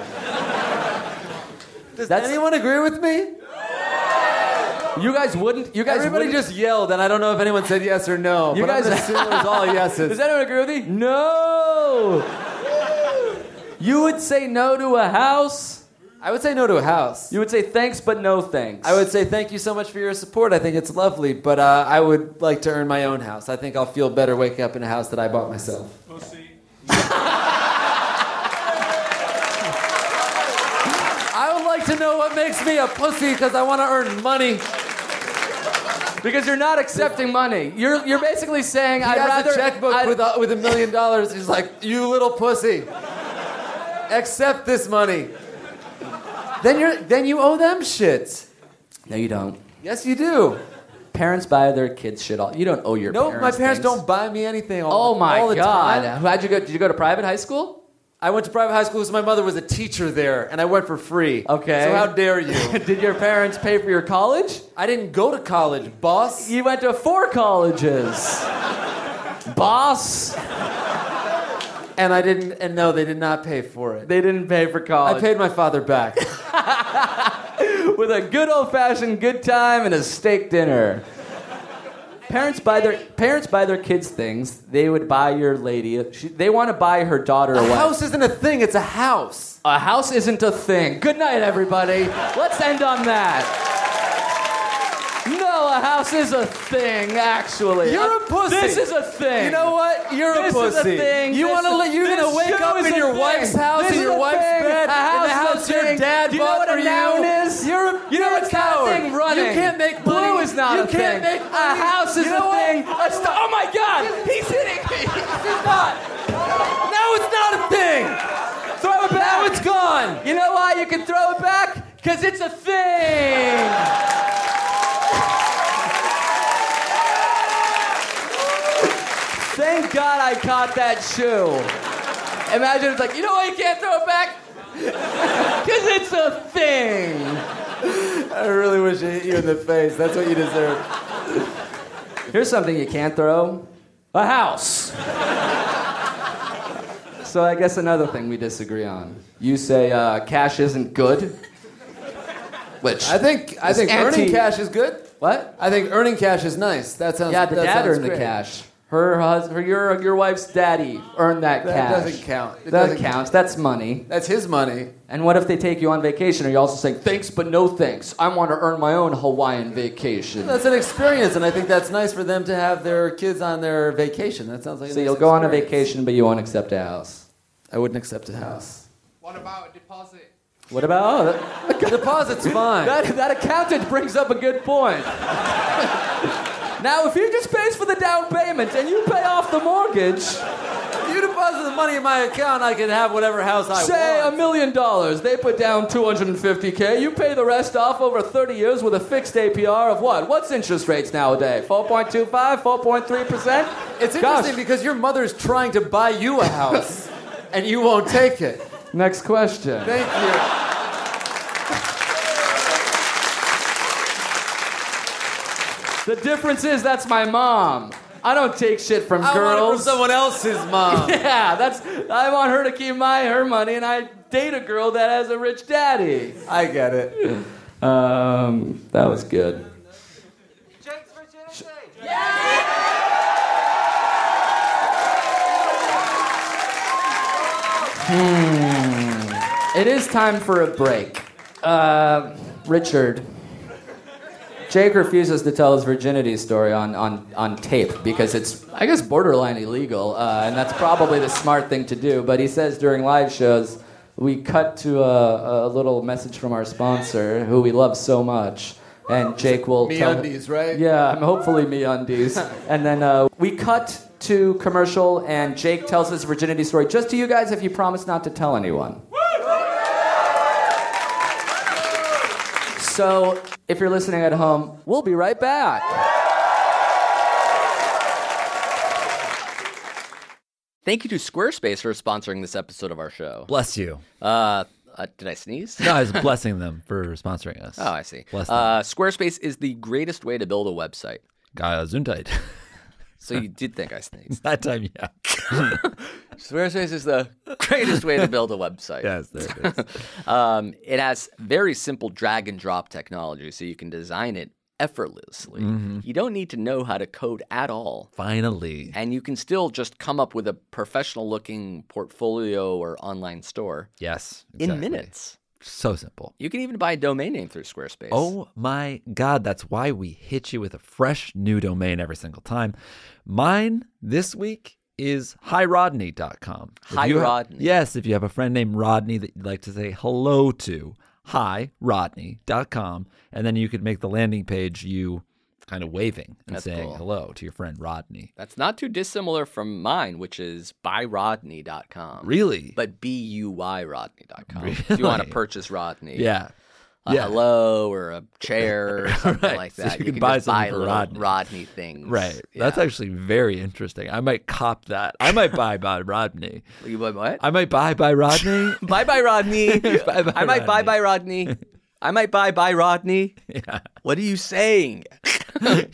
[SPEAKER 3] Does
[SPEAKER 2] That's-
[SPEAKER 3] anyone agree with me?
[SPEAKER 2] You guys wouldn't. You guys.
[SPEAKER 3] Everybody
[SPEAKER 2] wouldn't-
[SPEAKER 3] just yelled, and I don't know if anyone said yes or no.
[SPEAKER 2] You
[SPEAKER 3] but I'm
[SPEAKER 2] guys-
[SPEAKER 3] gonna assume it was all
[SPEAKER 2] [laughs]
[SPEAKER 3] yeses.
[SPEAKER 2] Does anyone agree with me? No. you would say no to a house.
[SPEAKER 3] I would say no to a house.
[SPEAKER 2] You would say thanks, but no thanks.
[SPEAKER 3] I would say thank you so much for your support. I think it's lovely, but uh, I would like to earn my own house. I think I'll feel better waking up in a house that I bought myself.
[SPEAKER 5] Pussy.
[SPEAKER 3] I would like to know what makes me a pussy because I want to earn money.
[SPEAKER 2] because you're not accepting money. You're you're basically saying
[SPEAKER 3] He
[SPEAKER 2] I'd
[SPEAKER 3] has
[SPEAKER 2] rather
[SPEAKER 3] a checkbook
[SPEAKER 2] I'd-
[SPEAKER 3] with a, with a million dollars. He's like, you little pussy, accept this money. Then you're then you owe them shit.
[SPEAKER 2] No, you don't.
[SPEAKER 3] Yes, you do.
[SPEAKER 2] Parents buy their kids shit all. You don't owe your
[SPEAKER 3] No,
[SPEAKER 2] parents.
[SPEAKER 3] my parents
[SPEAKER 2] things.
[SPEAKER 3] don't buy me anything. All,
[SPEAKER 2] Oh my
[SPEAKER 3] all the
[SPEAKER 2] god!
[SPEAKER 3] Time.
[SPEAKER 2] How'd you go? Did you go to private high school?
[SPEAKER 3] I went to private high school because my mother was a teacher there, and I went for free.
[SPEAKER 2] Okay.
[SPEAKER 3] So how dare
[SPEAKER 2] [laughs]
[SPEAKER 3] you?
[SPEAKER 2] Did your parents pay for your college?
[SPEAKER 3] I didn't go to college, boss.
[SPEAKER 2] You went to four colleges. Boss,
[SPEAKER 3] And I didn't. And no, they did not pay for it.
[SPEAKER 2] they didn't pay for
[SPEAKER 3] I
[SPEAKER 2] college.
[SPEAKER 3] paid my father back.
[SPEAKER 2] with a good old fashioned good time and a steak dinner. Parents buy their parents buy their kids things. They would buy your lady. She, they want to buy her daughter
[SPEAKER 3] A
[SPEAKER 2] a
[SPEAKER 3] house isn't a thing; it's a house.
[SPEAKER 2] A house isn't a thing. Good night, everybody. Let's end on that. No, a house is a thing. Actually,
[SPEAKER 3] You're a pussy.
[SPEAKER 2] This is a thing.
[SPEAKER 3] You know what? You're
[SPEAKER 2] This
[SPEAKER 3] a
[SPEAKER 2] is
[SPEAKER 3] pussy.
[SPEAKER 2] a thing.
[SPEAKER 3] You
[SPEAKER 2] This-
[SPEAKER 3] want to let you're
[SPEAKER 2] this
[SPEAKER 3] gonna wake
[SPEAKER 2] show
[SPEAKER 3] up
[SPEAKER 2] is
[SPEAKER 3] in
[SPEAKER 2] a
[SPEAKER 3] your
[SPEAKER 2] thing.
[SPEAKER 3] wife's house,
[SPEAKER 2] This
[SPEAKER 3] in
[SPEAKER 2] is
[SPEAKER 3] your
[SPEAKER 2] a
[SPEAKER 3] wife's
[SPEAKER 2] thing.
[SPEAKER 3] bed,
[SPEAKER 2] A
[SPEAKER 3] in the
[SPEAKER 2] house is a
[SPEAKER 3] house your
[SPEAKER 2] thing.
[SPEAKER 3] dad
[SPEAKER 2] Do you know
[SPEAKER 3] bought
[SPEAKER 2] what a
[SPEAKER 3] for
[SPEAKER 2] noun
[SPEAKER 3] you.
[SPEAKER 2] is?
[SPEAKER 3] You're a
[SPEAKER 2] You know
[SPEAKER 3] you're a
[SPEAKER 2] what's that
[SPEAKER 3] coward.
[SPEAKER 2] thing running?
[SPEAKER 3] You can't make
[SPEAKER 2] Blue
[SPEAKER 3] money.
[SPEAKER 2] is not
[SPEAKER 3] you
[SPEAKER 2] a
[SPEAKER 3] can't
[SPEAKER 2] thing.
[SPEAKER 3] Make money.
[SPEAKER 2] A house is
[SPEAKER 3] you know
[SPEAKER 2] a
[SPEAKER 3] what?
[SPEAKER 2] thing. A st- oh my God! He's hitting [laughs] me. He's not.
[SPEAKER 3] No, it's not a thing.
[SPEAKER 2] Throw it back.
[SPEAKER 3] Now it's gone.
[SPEAKER 2] You know why you can throw it back? Because it's a thing! Thank God I caught that shoe. Imagine it's like, you know why you can't throw it back? Because it's a thing.
[SPEAKER 3] I really wish I hit you in the face. That's what you deserve.
[SPEAKER 2] Here's something you can't throw a house. so I guess another thing we disagree on. You say uh, cash isn't good, which
[SPEAKER 3] I think I
[SPEAKER 2] It's
[SPEAKER 3] think
[SPEAKER 2] anti-
[SPEAKER 3] earning cash is good.
[SPEAKER 2] what?
[SPEAKER 3] I think earning cash is nice. That sounds
[SPEAKER 2] Yeah, the
[SPEAKER 3] that
[SPEAKER 2] dad
[SPEAKER 3] sounds
[SPEAKER 2] earned
[SPEAKER 3] great.
[SPEAKER 2] the cash. Her husband, her, your your wife's daddy earned that,
[SPEAKER 3] That
[SPEAKER 2] cash.
[SPEAKER 3] doesn't count. It
[SPEAKER 2] that
[SPEAKER 3] doesn't
[SPEAKER 2] counts. That's money.
[SPEAKER 3] That's his money.
[SPEAKER 2] And what if they take you on vacation? Are you also saying thanks but no thanks? I want to earn my own Hawaiian vacation.
[SPEAKER 3] That's an experience, and I think that's nice for them to have their kids on their vacation. That sounds like a
[SPEAKER 2] so
[SPEAKER 3] nice
[SPEAKER 2] you'll go on a
[SPEAKER 3] experience.
[SPEAKER 2] vacation, but you won't accept a house.
[SPEAKER 3] I wouldn't accept a house.
[SPEAKER 7] What about a deposit?
[SPEAKER 2] What about oh, that,
[SPEAKER 3] [laughs] Deposit's fine.
[SPEAKER 2] that? That accountant brings up a good point. [laughs] now, if he just pays for the down payment and you pay off the mortgage,
[SPEAKER 3] you deposit the money in my account, I can have whatever house I
[SPEAKER 2] say a
[SPEAKER 3] want.
[SPEAKER 2] million dollars, they put down 250k. You pay the rest off over 30 years with a fixed APR of what? What's interest rates nowadays? 4.25, 4.3 percent.
[SPEAKER 3] it's interesting because your mother's trying to buy you a house,
[SPEAKER 2] [laughs]
[SPEAKER 3] and you won't take it.
[SPEAKER 2] Next question.
[SPEAKER 3] Thank you.
[SPEAKER 2] The difference is that's my mom. I don't take shit from
[SPEAKER 3] I want it from
[SPEAKER 2] girls.
[SPEAKER 3] someone else's
[SPEAKER 2] [laughs]
[SPEAKER 3] mom.
[SPEAKER 2] yeah, that's. I want her to keep my her money, and I date a girl that has a rich daddy.
[SPEAKER 3] I get it.
[SPEAKER 2] Um, that was good.
[SPEAKER 7] Jokes for Jennifer.
[SPEAKER 3] It is time for a break. Uh, Richard, Jake refuses to tell his virginity story on, on, on tape because it's, I guess, borderline illegal, uh, and that's probably the smart thing to do. But he says during live shows, we cut to a, a little message from our sponsor, who we love so much. And Jake will tell
[SPEAKER 8] MeUndies, right?
[SPEAKER 3] Yeah, I'm hopefully
[SPEAKER 2] [laughs]
[SPEAKER 3] me undies. and then uh, we cut to commercial, and Jake tells his virginity story just to you guys if you promise not to tell anyone. So, if you're listening at home, we'll be right back.
[SPEAKER 2] Thank you to Squarespace for sponsoring this episode of our show.
[SPEAKER 7] Bless you.
[SPEAKER 2] Uh, uh, did I sneeze?
[SPEAKER 7] No, I was blessing them for sponsoring us.
[SPEAKER 2] Oh, I see.
[SPEAKER 7] Bless them.
[SPEAKER 2] Uh, Squarespace is the greatest way to build a website.
[SPEAKER 7] Uh, Zuntite.
[SPEAKER 2] So you did think I sneezed.
[SPEAKER 7] [laughs] that time, yeah.
[SPEAKER 2] Squarespace is the [laughs] greatest way to build a website.
[SPEAKER 7] yes, there it is.
[SPEAKER 2] Um, it has very simple drag and drop technology, so you can design it effortlessly.
[SPEAKER 7] Mm-hmm.
[SPEAKER 2] You don't need to know how to code at all. [laughs]
[SPEAKER 7] Finally.
[SPEAKER 2] And you can still just come up with a professional looking portfolio or online store
[SPEAKER 7] Yes.
[SPEAKER 2] in
[SPEAKER 7] exactly.
[SPEAKER 2] minutes.
[SPEAKER 7] So simple.
[SPEAKER 2] You can even buy a domain name through Squarespace.
[SPEAKER 7] Oh my God, that's why we hit you with a fresh new domain every single time. Mine this week is hirodney.com. If you have-
[SPEAKER 2] Hirodney.
[SPEAKER 7] Yes, if you have a friend named Rodney that you'd like to say hello to, hirodney.com. And then you could make the landing page you kind of waving and
[SPEAKER 2] That's
[SPEAKER 7] saying
[SPEAKER 2] cool.
[SPEAKER 7] hello to your friend Rodney.
[SPEAKER 2] That's not too dissimilar from mine, which is buyrodney.com.
[SPEAKER 7] Really?
[SPEAKER 2] um, But B U Y
[SPEAKER 7] [laughs]
[SPEAKER 2] Rodney.com. If you want to
[SPEAKER 7] Really?
[SPEAKER 2] purchase Rodney.
[SPEAKER 7] yeah.
[SPEAKER 2] a
[SPEAKER 7] yeah.
[SPEAKER 2] hello or a chair or something
[SPEAKER 7] [laughs] Right,
[SPEAKER 2] like
[SPEAKER 7] so
[SPEAKER 2] that.
[SPEAKER 7] you can buy
[SPEAKER 2] just
[SPEAKER 7] something
[SPEAKER 2] buy
[SPEAKER 7] for
[SPEAKER 2] little
[SPEAKER 7] Rodney.
[SPEAKER 2] Rodney things.
[SPEAKER 7] Right.
[SPEAKER 2] [laughs] Yeah.
[SPEAKER 7] That's actually very interesting. I might cop that. I
[SPEAKER 2] [laughs]
[SPEAKER 7] might buy by Rodney.
[SPEAKER 2] you buy what?
[SPEAKER 7] I might buy by
[SPEAKER 2] [laughs]
[SPEAKER 7] Rodney. [laughs]
[SPEAKER 2] bye bye Rodney.
[SPEAKER 7] Bye-bye,
[SPEAKER 2] I might [laughs] bye
[SPEAKER 7] Rodney.
[SPEAKER 2] bye Rodney. I might bye bye [laughs] Rodney. What are you saying?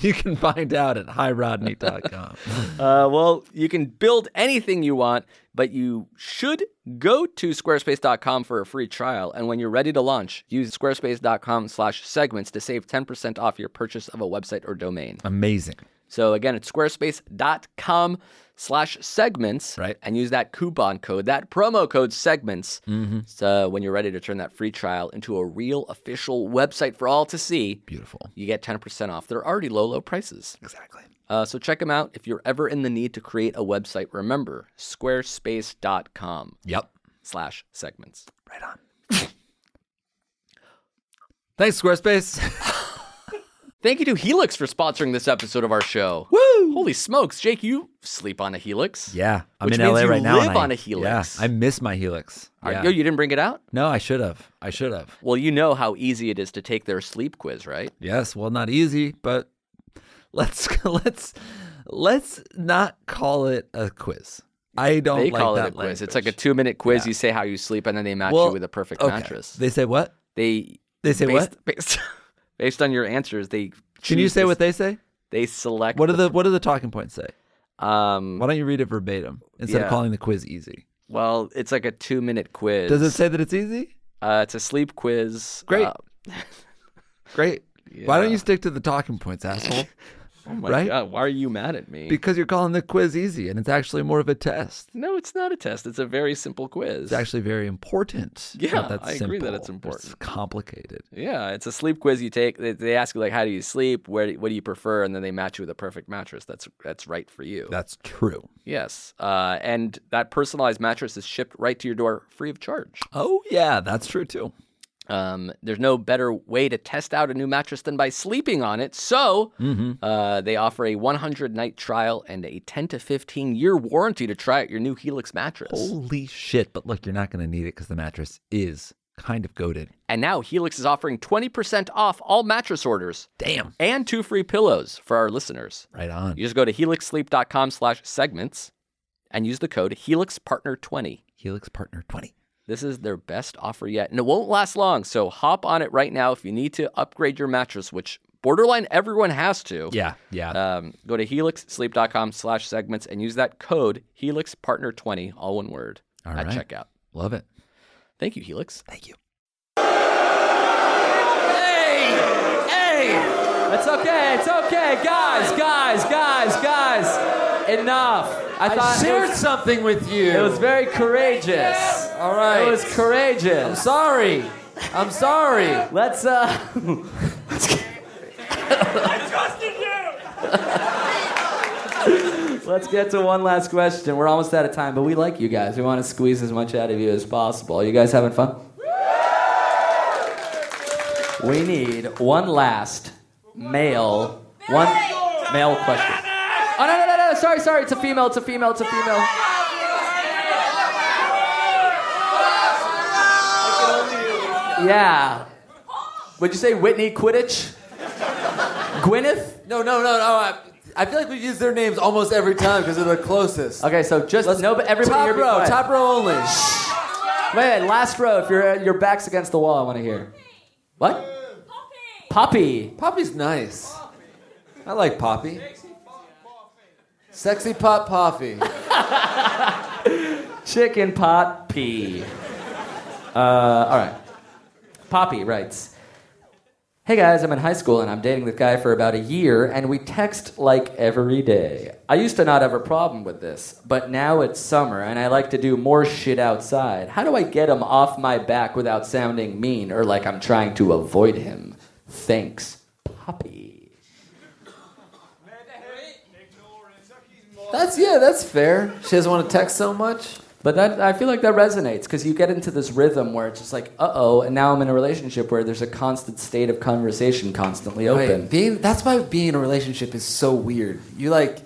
[SPEAKER 7] you can find out at highrodney.com.
[SPEAKER 2] Uh, [laughs] well, you can build anything you want, but you should go to squarespace.com for a free trial. And when you're ready to launch, use squarespace.com slash segments to save 10% off your purchase of a website or domain.
[SPEAKER 7] Amazing.
[SPEAKER 2] So again, it's squarespace.com slash segments.
[SPEAKER 7] Right.
[SPEAKER 2] And use that coupon code, that promo code segments.
[SPEAKER 7] Mm-hmm.
[SPEAKER 2] So when you're ready to turn that free trial into a real official website for all to see,
[SPEAKER 7] Beautiful.
[SPEAKER 2] you get 10% off. They're already low, low prices.
[SPEAKER 7] Exactly.
[SPEAKER 2] Uh, so check them out if you're ever in the need to create a website. Remember, squarespace.com
[SPEAKER 7] Yep.
[SPEAKER 2] slash segments.
[SPEAKER 7] Right on. [laughs] Thanks, Squarespace.
[SPEAKER 2] Thank you to Helix for sponsoring this episode of our show. Woo! Holy smokes, Jake, you sleep on a Helix.
[SPEAKER 7] Yeah. I'm
[SPEAKER 2] Which
[SPEAKER 7] in
[SPEAKER 2] means
[SPEAKER 7] LA
[SPEAKER 2] you
[SPEAKER 7] right now.
[SPEAKER 2] live
[SPEAKER 7] and I-
[SPEAKER 2] on a Helix.
[SPEAKER 7] Yeah. I miss my Helix.
[SPEAKER 2] Are-
[SPEAKER 7] Yeah.
[SPEAKER 2] Yo, you didn't bring it out?
[SPEAKER 7] no, I should have. I should have.
[SPEAKER 2] Well, you know how easy it is to take their sleep quiz, right?
[SPEAKER 7] Yes. Well, not easy, but [laughs] let's [laughs] let's let's not call it a quiz. I don't
[SPEAKER 2] They
[SPEAKER 7] Oh, like
[SPEAKER 2] call it a
[SPEAKER 7] that
[SPEAKER 2] quiz. It's like a two minute quiz. You say how you sleep, and then they match you with a perfect
[SPEAKER 7] okay.
[SPEAKER 2] mattress.
[SPEAKER 7] They say what?
[SPEAKER 2] they
[SPEAKER 7] They say
[SPEAKER 2] based, [laughs]
[SPEAKER 7] what?
[SPEAKER 2] Based, based on your answers, they
[SPEAKER 7] Can you
[SPEAKER 2] choose
[SPEAKER 7] say
[SPEAKER 2] this-
[SPEAKER 7] what they say?
[SPEAKER 2] they select.
[SPEAKER 7] What are the what do the talking points say?
[SPEAKER 2] um?
[SPEAKER 7] Why don't you read it verbatim instead
[SPEAKER 2] Yeah.
[SPEAKER 7] of calling the quiz easy?
[SPEAKER 2] Well, it's like a two minute quiz.
[SPEAKER 7] Does it say that it's easy?
[SPEAKER 2] Uh, it's a sleep quiz.
[SPEAKER 7] Great.
[SPEAKER 2] Uh,
[SPEAKER 7] Great. Why don't you stick to the talking points, asshole?
[SPEAKER 2] [laughs] oh my
[SPEAKER 7] Right?
[SPEAKER 2] god, why are you mad at me?
[SPEAKER 7] because you're calling the quiz easy and it's actually more of a test.
[SPEAKER 2] no, it's not a test. It's a very simple quiz.
[SPEAKER 7] It's actually very important. It's
[SPEAKER 2] Yeah,
[SPEAKER 7] not that
[SPEAKER 2] I agree that
[SPEAKER 7] simple.
[SPEAKER 2] it's important.
[SPEAKER 7] It's complicated.
[SPEAKER 2] yeah, it's a sleep quiz. You take. They, they ask you like, how do you sleep? Where? do- What do you prefer? And then they match you with a perfect mattress. That's that's right for you.
[SPEAKER 7] That's true.
[SPEAKER 2] yes. Uh, and that personalized mattress is shipped right to your door, free of charge.
[SPEAKER 7] Oh yeah, that's true too.
[SPEAKER 2] Um, there's no better way to test out a new mattress than by sleeping on it. So
[SPEAKER 7] Mm-hmm.
[SPEAKER 2] uh, they offer a 100 night trial and a 10 to 15 year warranty to try out your new Helix mattress.
[SPEAKER 7] Holy shit! But look, you're not going to need it because the mattress is kind of goaded.
[SPEAKER 2] And now Helix is offering 20% off all mattress orders
[SPEAKER 7] Damn.
[SPEAKER 2] and two free pillows for our listeners.
[SPEAKER 7] Right on.
[SPEAKER 2] You just go to helixsleep.com slash segments and use the code HelixPartner20.
[SPEAKER 7] Helix Partner 20.
[SPEAKER 2] This is their best offer yet, and it won't last long. So hop on it right now if you need to upgrade your mattress, which borderline everyone has to.
[SPEAKER 7] Yeah, yeah.
[SPEAKER 2] Um, go to helixsleep.com slash segments and use that code HelixPartner20, all one word,
[SPEAKER 7] All
[SPEAKER 2] at
[SPEAKER 7] right.
[SPEAKER 2] checkout.
[SPEAKER 7] Love it.
[SPEAKER 2] Thank you, Helix.
[SPEAKER 7] Thank you.
[SPEAKER 3] It's okay, it's okay, guys, guys, guys, guys. Enough. I
[SPEAKER 8] I
[SPEAKER 3] thought it
[SPEAKER 8] shared
[SPEAKER 3] was,
[SPEAKER 8] something with you.
[SPEAKER 3] it was very courageous. All right.
[SPEAKER 2] It was
[SPEAKER 3] I'm
[SPEAKER 2] courageous.
[SPEAKER 3] sorry. I'm sorry.
[SPEAKER 2] Let's uh [laughs] Let's get to one last question. We're almost out of time, but we like you guys. We want to squeeze as much out of you as possible. Are you guys having fun? We need one last male one male question. Oh no no no no! Sorry sorry. It's a female. It's a female. It's a female. I can only- Yeah. Would you say Whitney Quidditch? Gwyneth?
[SPEAKER 3] No, no, no, no. I, I feel like we use their names almost every time because they're the closest.
[SPEAKER 2] Okay, so just no, but everybody
[SPEAKER 3] top
[SPEAKER 2] here be
[SPEAKER 3] row,
[SPEAKER 2] quiet.
[SPEAKER 3] top row only.
[SPEAKER 2] Wait, wait, last row. If uh, your your back's against the wall, I want to hear. What? Poppy.
[SPEAKER 3] Poppy's nice. I like Poppy. Sexy Pop Poppy.
[SPEAKER 2] Chicken pot pea. Uh, all right. Poppy writes. Hey guys, I'm in high school and I'm dating this guy for about a year, and we text like every day. I used to not have a problem with this, but now it's summer and I like to do more shit outside. How do I get him off my back without sounding mean or like I'm trying to avoid him? Thanks, Poppy.
[SPEAKER 3] That's yeah, that's fair. She doesn't want to text so much.
[SPEAKER 2] But that I feel like that resonates because you get into this rhythm where it's just like, uh oh, and now I'm in a relationship where there's a constant state of conversation constantly open.
[SPEAKER 3] Right. Being that's why being in a relationship is so weird. You like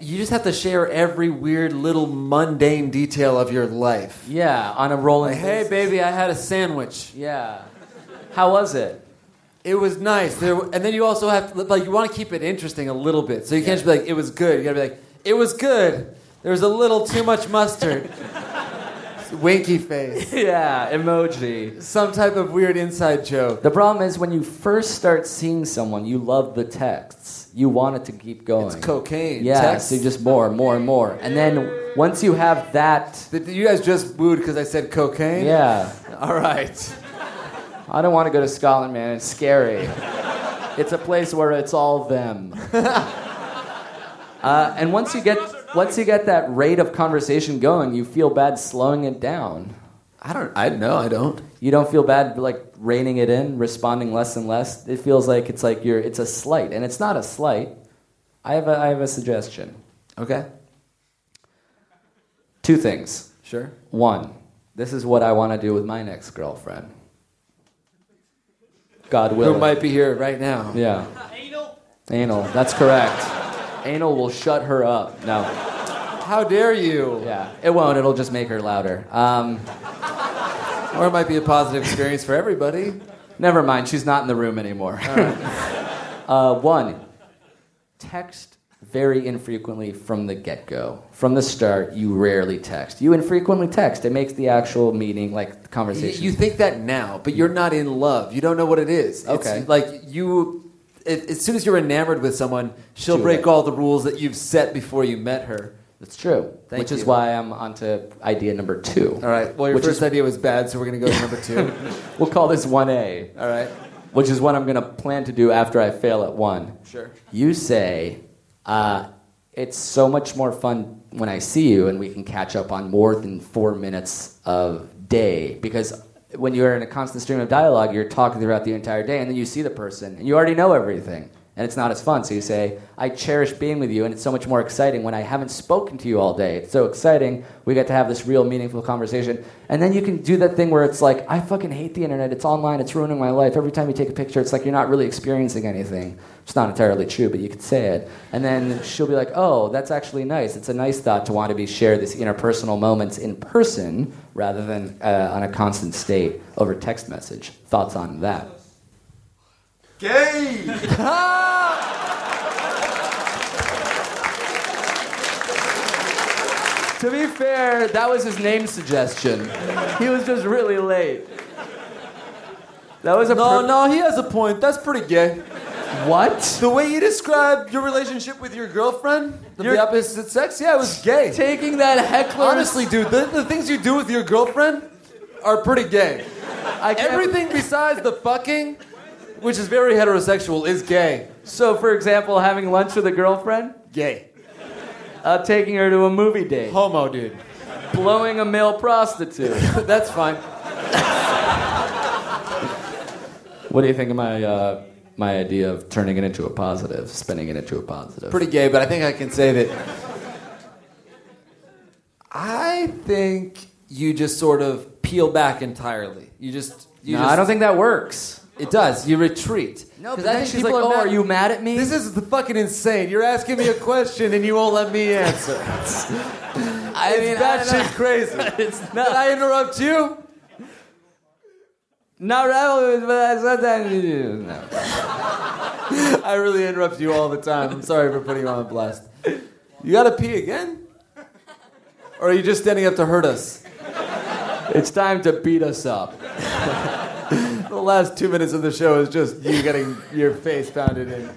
[SPEAKER 3] you just have to share every weird little mundane detail of your life.
[SPEAKER 2] Yeah, on a rolling.
[SPEAKER 3] Like, hey
[SPEAKER 2] basis.
[SPEAKER 3] baby, I had a sandwich.
[SPEAKER 2] Yeah. How was it?
[SPEAKER 3] It was nice. There, and then you also have to like you want to keep it interesting a little bit. So you can't just be like it was good. You got to be like it was good. There was a little too much mustard. [laughs] Winky [laughs] face.
[SPEAKER 2] Yeah, emoji.
[SPEAKER 3] Some type of weird inside joke.
[SPEAKER 2] The problem is when you first start seeing someone, you love the texts. You want it to keep going.
[SPEAKER 3] It's cocaine.
[SPEAKER 2] Yeah,
[SPEAKER 3] Text.
[SPEAKER 2] so just more, more, more. And then once you have that,
[SPEAKER 3] Did- you guys just booed because I said cocaine?
[SPEAKER 2] yeah.
[SPEAKER 3] All right.
[SPEAKER 2] I don't want to go to Scotland, man. It's scary. it's a place where it's all them. [laughs] uh, and once you get once you get that rate of conversation going, you feel bad slowing it down.
[SPEAKER 3] I don't. I no. I don't.
[SPEAKER 2] You don't feel bad like reining it in, responding less and less. It feels like it's like you're it's a slight, and it's not a slight. I have a I have a suggestion.
[SPEAKER 3] Okay.
[SPEAKER 2] Two things.
[SPEAKER 3] Sure.
[SPEAKER 2] One, this is what I want to do with my next girlfriend. God willing.
[SPEAKER 3] Who might be here right now?
[SPEAKER 2] Yeah. Anal. Anal. That's correct. Anal will shut her up. No.
[SPEAKER 3] How dare you?
[SPEAKER 2] Yeah. It won't. It'll just make her louder. Um,
[SPEAKER 3] Or it might be a positive experience for everybody.
[SPEAKER 2] never mind. She's not in the room
[SPEAKER 3] [laughs]
[SPEAKER 2] anymore. uh, one. Text very infrequently from the get go. From the start, you rarely text. You infrequently text. It makes the actual meeting, like the
[SPEAKER 3] You,
[SPEAKER 2] conversation.
[SPEAKER 3] you think that now, but you're not in love. You don't know what it is. It's
[SPEAKER 2] Okay.
[SPEAKER 3] like you, it, as soon as you're enamored with someone, she'll
[SPEAKER 2] Too
[SPEAKER 3] break
[SPEAKER 2] late.
[SPEAKER 3] all the rules that you've set before you met her.
[SPEAKER 2] it's true.
[SPEAKER 3] Thank
[SPEAKER 2] which is
[SPEAKER 3] you.
[SPEAKER 2] why I'm onto idea number two.
[SPEAKER 3] All right. Well, your
[SPEAKER 2] Which
[SPEAKER 3] first
[SPEAKER 2] is-
[SPEAKER 3] idea was bad, so we're gonna go to number
[SPEAKER 2] [laughs]
[SPEAKER 3] two.
[SPEAKER 2] We'll call this 1A.
[SPEAKER 3] all right.
[SPEAKER 2] which is what I'm going to plan to do after I fail at one.
[SPEAKER 3] Sure.
[SPEAKER 2] You say, uh, it's so much more fun when I see you and we can catch up on more than four minutes of day because when you're in a constant stream of dialogue, you're talking throughout the entire day and then you see the person and you already know everything and it's not as fun. So you say, I cherish being with you and it's so much more exciting when I haven't spoken to you all day. It's so exciting. We get to have this real meaningful conversation. And then you can do that thing where it's like, I fucking hate the internet. It's online. It's ruining my life. Every time you take a picture, it's like you're not really experiencing anything. It's not entirely true, but you could say it. And then she'll be like, oh, that's actually nice. It's a nice thought to want to be shared these interpersonal moments in person rather than uh, on a constant state over text message. Thoughts on that?
[SPEAKER 3] [laughs]
[SPEAKER 2] To be fair, that was his name suggestion. He was just really late. That was a
[SPEAKER 3] No,
[SPEAKER 2] per-
[SPEAKER 3] no, he has a point. That's pretty gay.
[SPEAKER 2] What?
[SPEAKER 3] The way you described your relationship with your girlfriend, of
[SPEAKER 2] You're-
[SPEAKER 3] the opposite sex, yeah, it was gay.
[SPEAKER 2] Taking that heckler.
[SPEAKER 3] Honestly, dude, the, the things you do with your girlfriend are pretty gay.
[SPEAKER 2] I can't-
[SPEAKER 3] Everything besides the fucking, which is very heterosexual, is gay.
[SPEAKER 2] So, for example, having lunch with a girlfriend,
[SPEAKER 3] Gay.
[SPEAKER 2] uh, taking her to a movie date.
[SPEAKER 3] Homo, dude.
[SPEAKER 2] blowing a male prostitute.
[SPEAKER 3] [laughs] That's fine.
[SPEAKER 2] What do you think of my uh, my idea of turning it into a positive, spinning it into a positive?
[SPEAKER 3] Pretty gay, but I think I can say that. I think you just sort of peel back entirely. You just. You
[SPEAKER 2] No,
[SPEAKER 3] just
[SPEAKER 2] I don't think that works.
[SPEAKER 3] It does. You retreat.
[SPEAKER 2] No, but
[SPEAKER 3] 'Cause I
[SPEAKER 2] then
[SPEAKER 3] think
[SPEAKER 2] she's
[SPEAKER 3] people
[SPEAKER 2] like, "Oh,
[SPEAKER 3] mad-
[SPEAKER 2] are you mad at me?"
[SPEAKER 3] This is the fucking insane. You're asking me a question and you won't let me
[SPEAKER 2] [laughs]
[SPEAKER 3] answer.
[SPEAKER 2] I mean,
[SPEAKER 3] that shit's crazy.
[SPEAKER 2] [laughs] It's
[SPEAKER 3] Did
[SPEAKER 2] not.
[SPEAKER 3] I interrupt you?
[SPEAKER 2] Not relevant, but that's not that. No.
[SPEAKER 3] [laughs] I really interrupt you all the time. I'm sorry for putting you on blast. You gotta pee again? Or are you just standing up to hurt us?
[SPEAKER 2] It's time to beat us up.
[SPEAKER 3] [laughs] The last two minutes of the show is just you getting your face pounded in.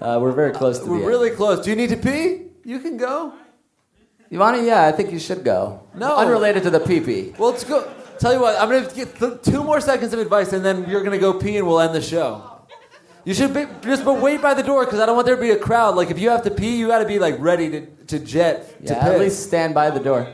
[SPEAKER 2] Uh, we're very close to the
[SPEAKER 3] We're
[SPEAKER 2] end.
[SPEAKER 3] really close. Do you need to pee? You can go.
[SPEAKER 2] You want to? Yeah, I think you should go.
[SPEAKER 3] No.
[SPEAKER 2] Unrelated to the pee pee.
[SPEAKER 3] Well, let's go. Tell you what, I'm gonna get th- two more seconds of advice, and then you're gonna go pee, and we'll end the show. You should be, just but wait by the door because I don't want there to be a crowd. Like if you have to pee, you got to be like ready to, to jet to
[SPEAKER 2] Yeah, at
[SPEAKER 3] piss.
[SPEAKER 2] least stand by the door.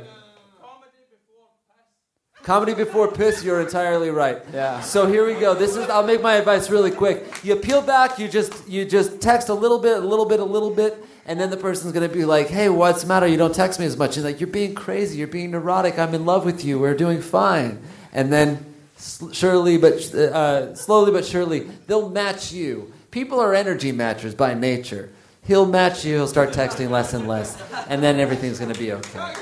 [SPEAKER 3] Comedy before piss, you're entirely right.
[SPEAKER 2] Yeah.
[SPEAKER 3] So here we go. This is I'll make my advice really quick. You peel back, you just you just text a little bit, a little bit, a little bit, and then the person's gonna be like, Hey, what's the matter? You don't text me as much. And like, you're being crazy, you're being neurotic, I'm in love with you, we're doing fine. And then sl- surely but uh, slowly but surely, they'll match you. People are energy matchers by nature. He'll match you, he'll start texting less and less, and then everything's gonna be okay.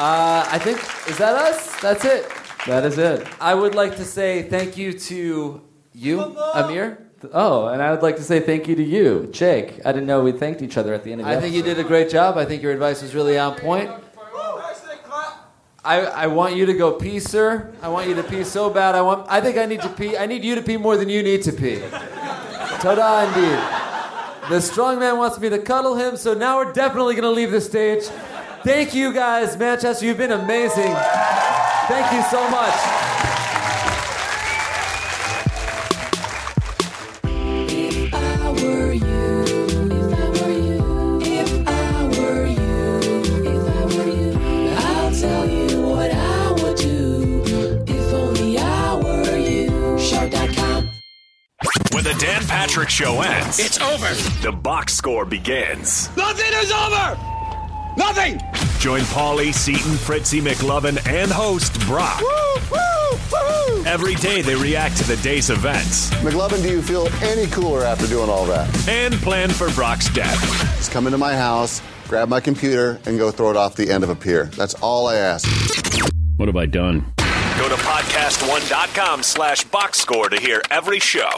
[SPEAKER 3] Uh, I think is that us? That's it.
[SPEAKER 2] That is it.
[SPEAKER 3] I would like to say thank you to you, Amir.
[SPEAKER 2] Oh, and I would like to say thank you to you, Jake. I didn't know we thanked each other at the end of the
[SPEAKER 3] I think you did a great job. I think your advice was really on point. I, I want you to go pee, sir. I want you to pee so bad. I want. I think I need to pee. I need you to pee more than you need to pee. Ta-da, indeed. The strong man wants me to cuddle him, so now we're definitely gonna leave the stage. Thank you guys, Manchester. You've been amazing. Thank you so much.
[SPEAKER 9] When the Dan Patrick Show ends, it's over. The box score begins.
[SPEAKER 10] Nothing is over! Nothing!
[SPEAKER 9] Join Paulie, Seaton, Fritzy, McLovin, and host Brock. Every day they react to the day's events
[SPEAKER 10] McLovin, do you feel any cooler after doing all that?
[SPEAKER 9] and plan for Brock's death.
[SPEAKER 10] Just come into my house, grab my computer, and go throw it off the end of a pier. That's all I ask.
[SPEAKER 11] What have I done?
[SPEAKER 9] Go to podcast1.com slash box score to hear every show.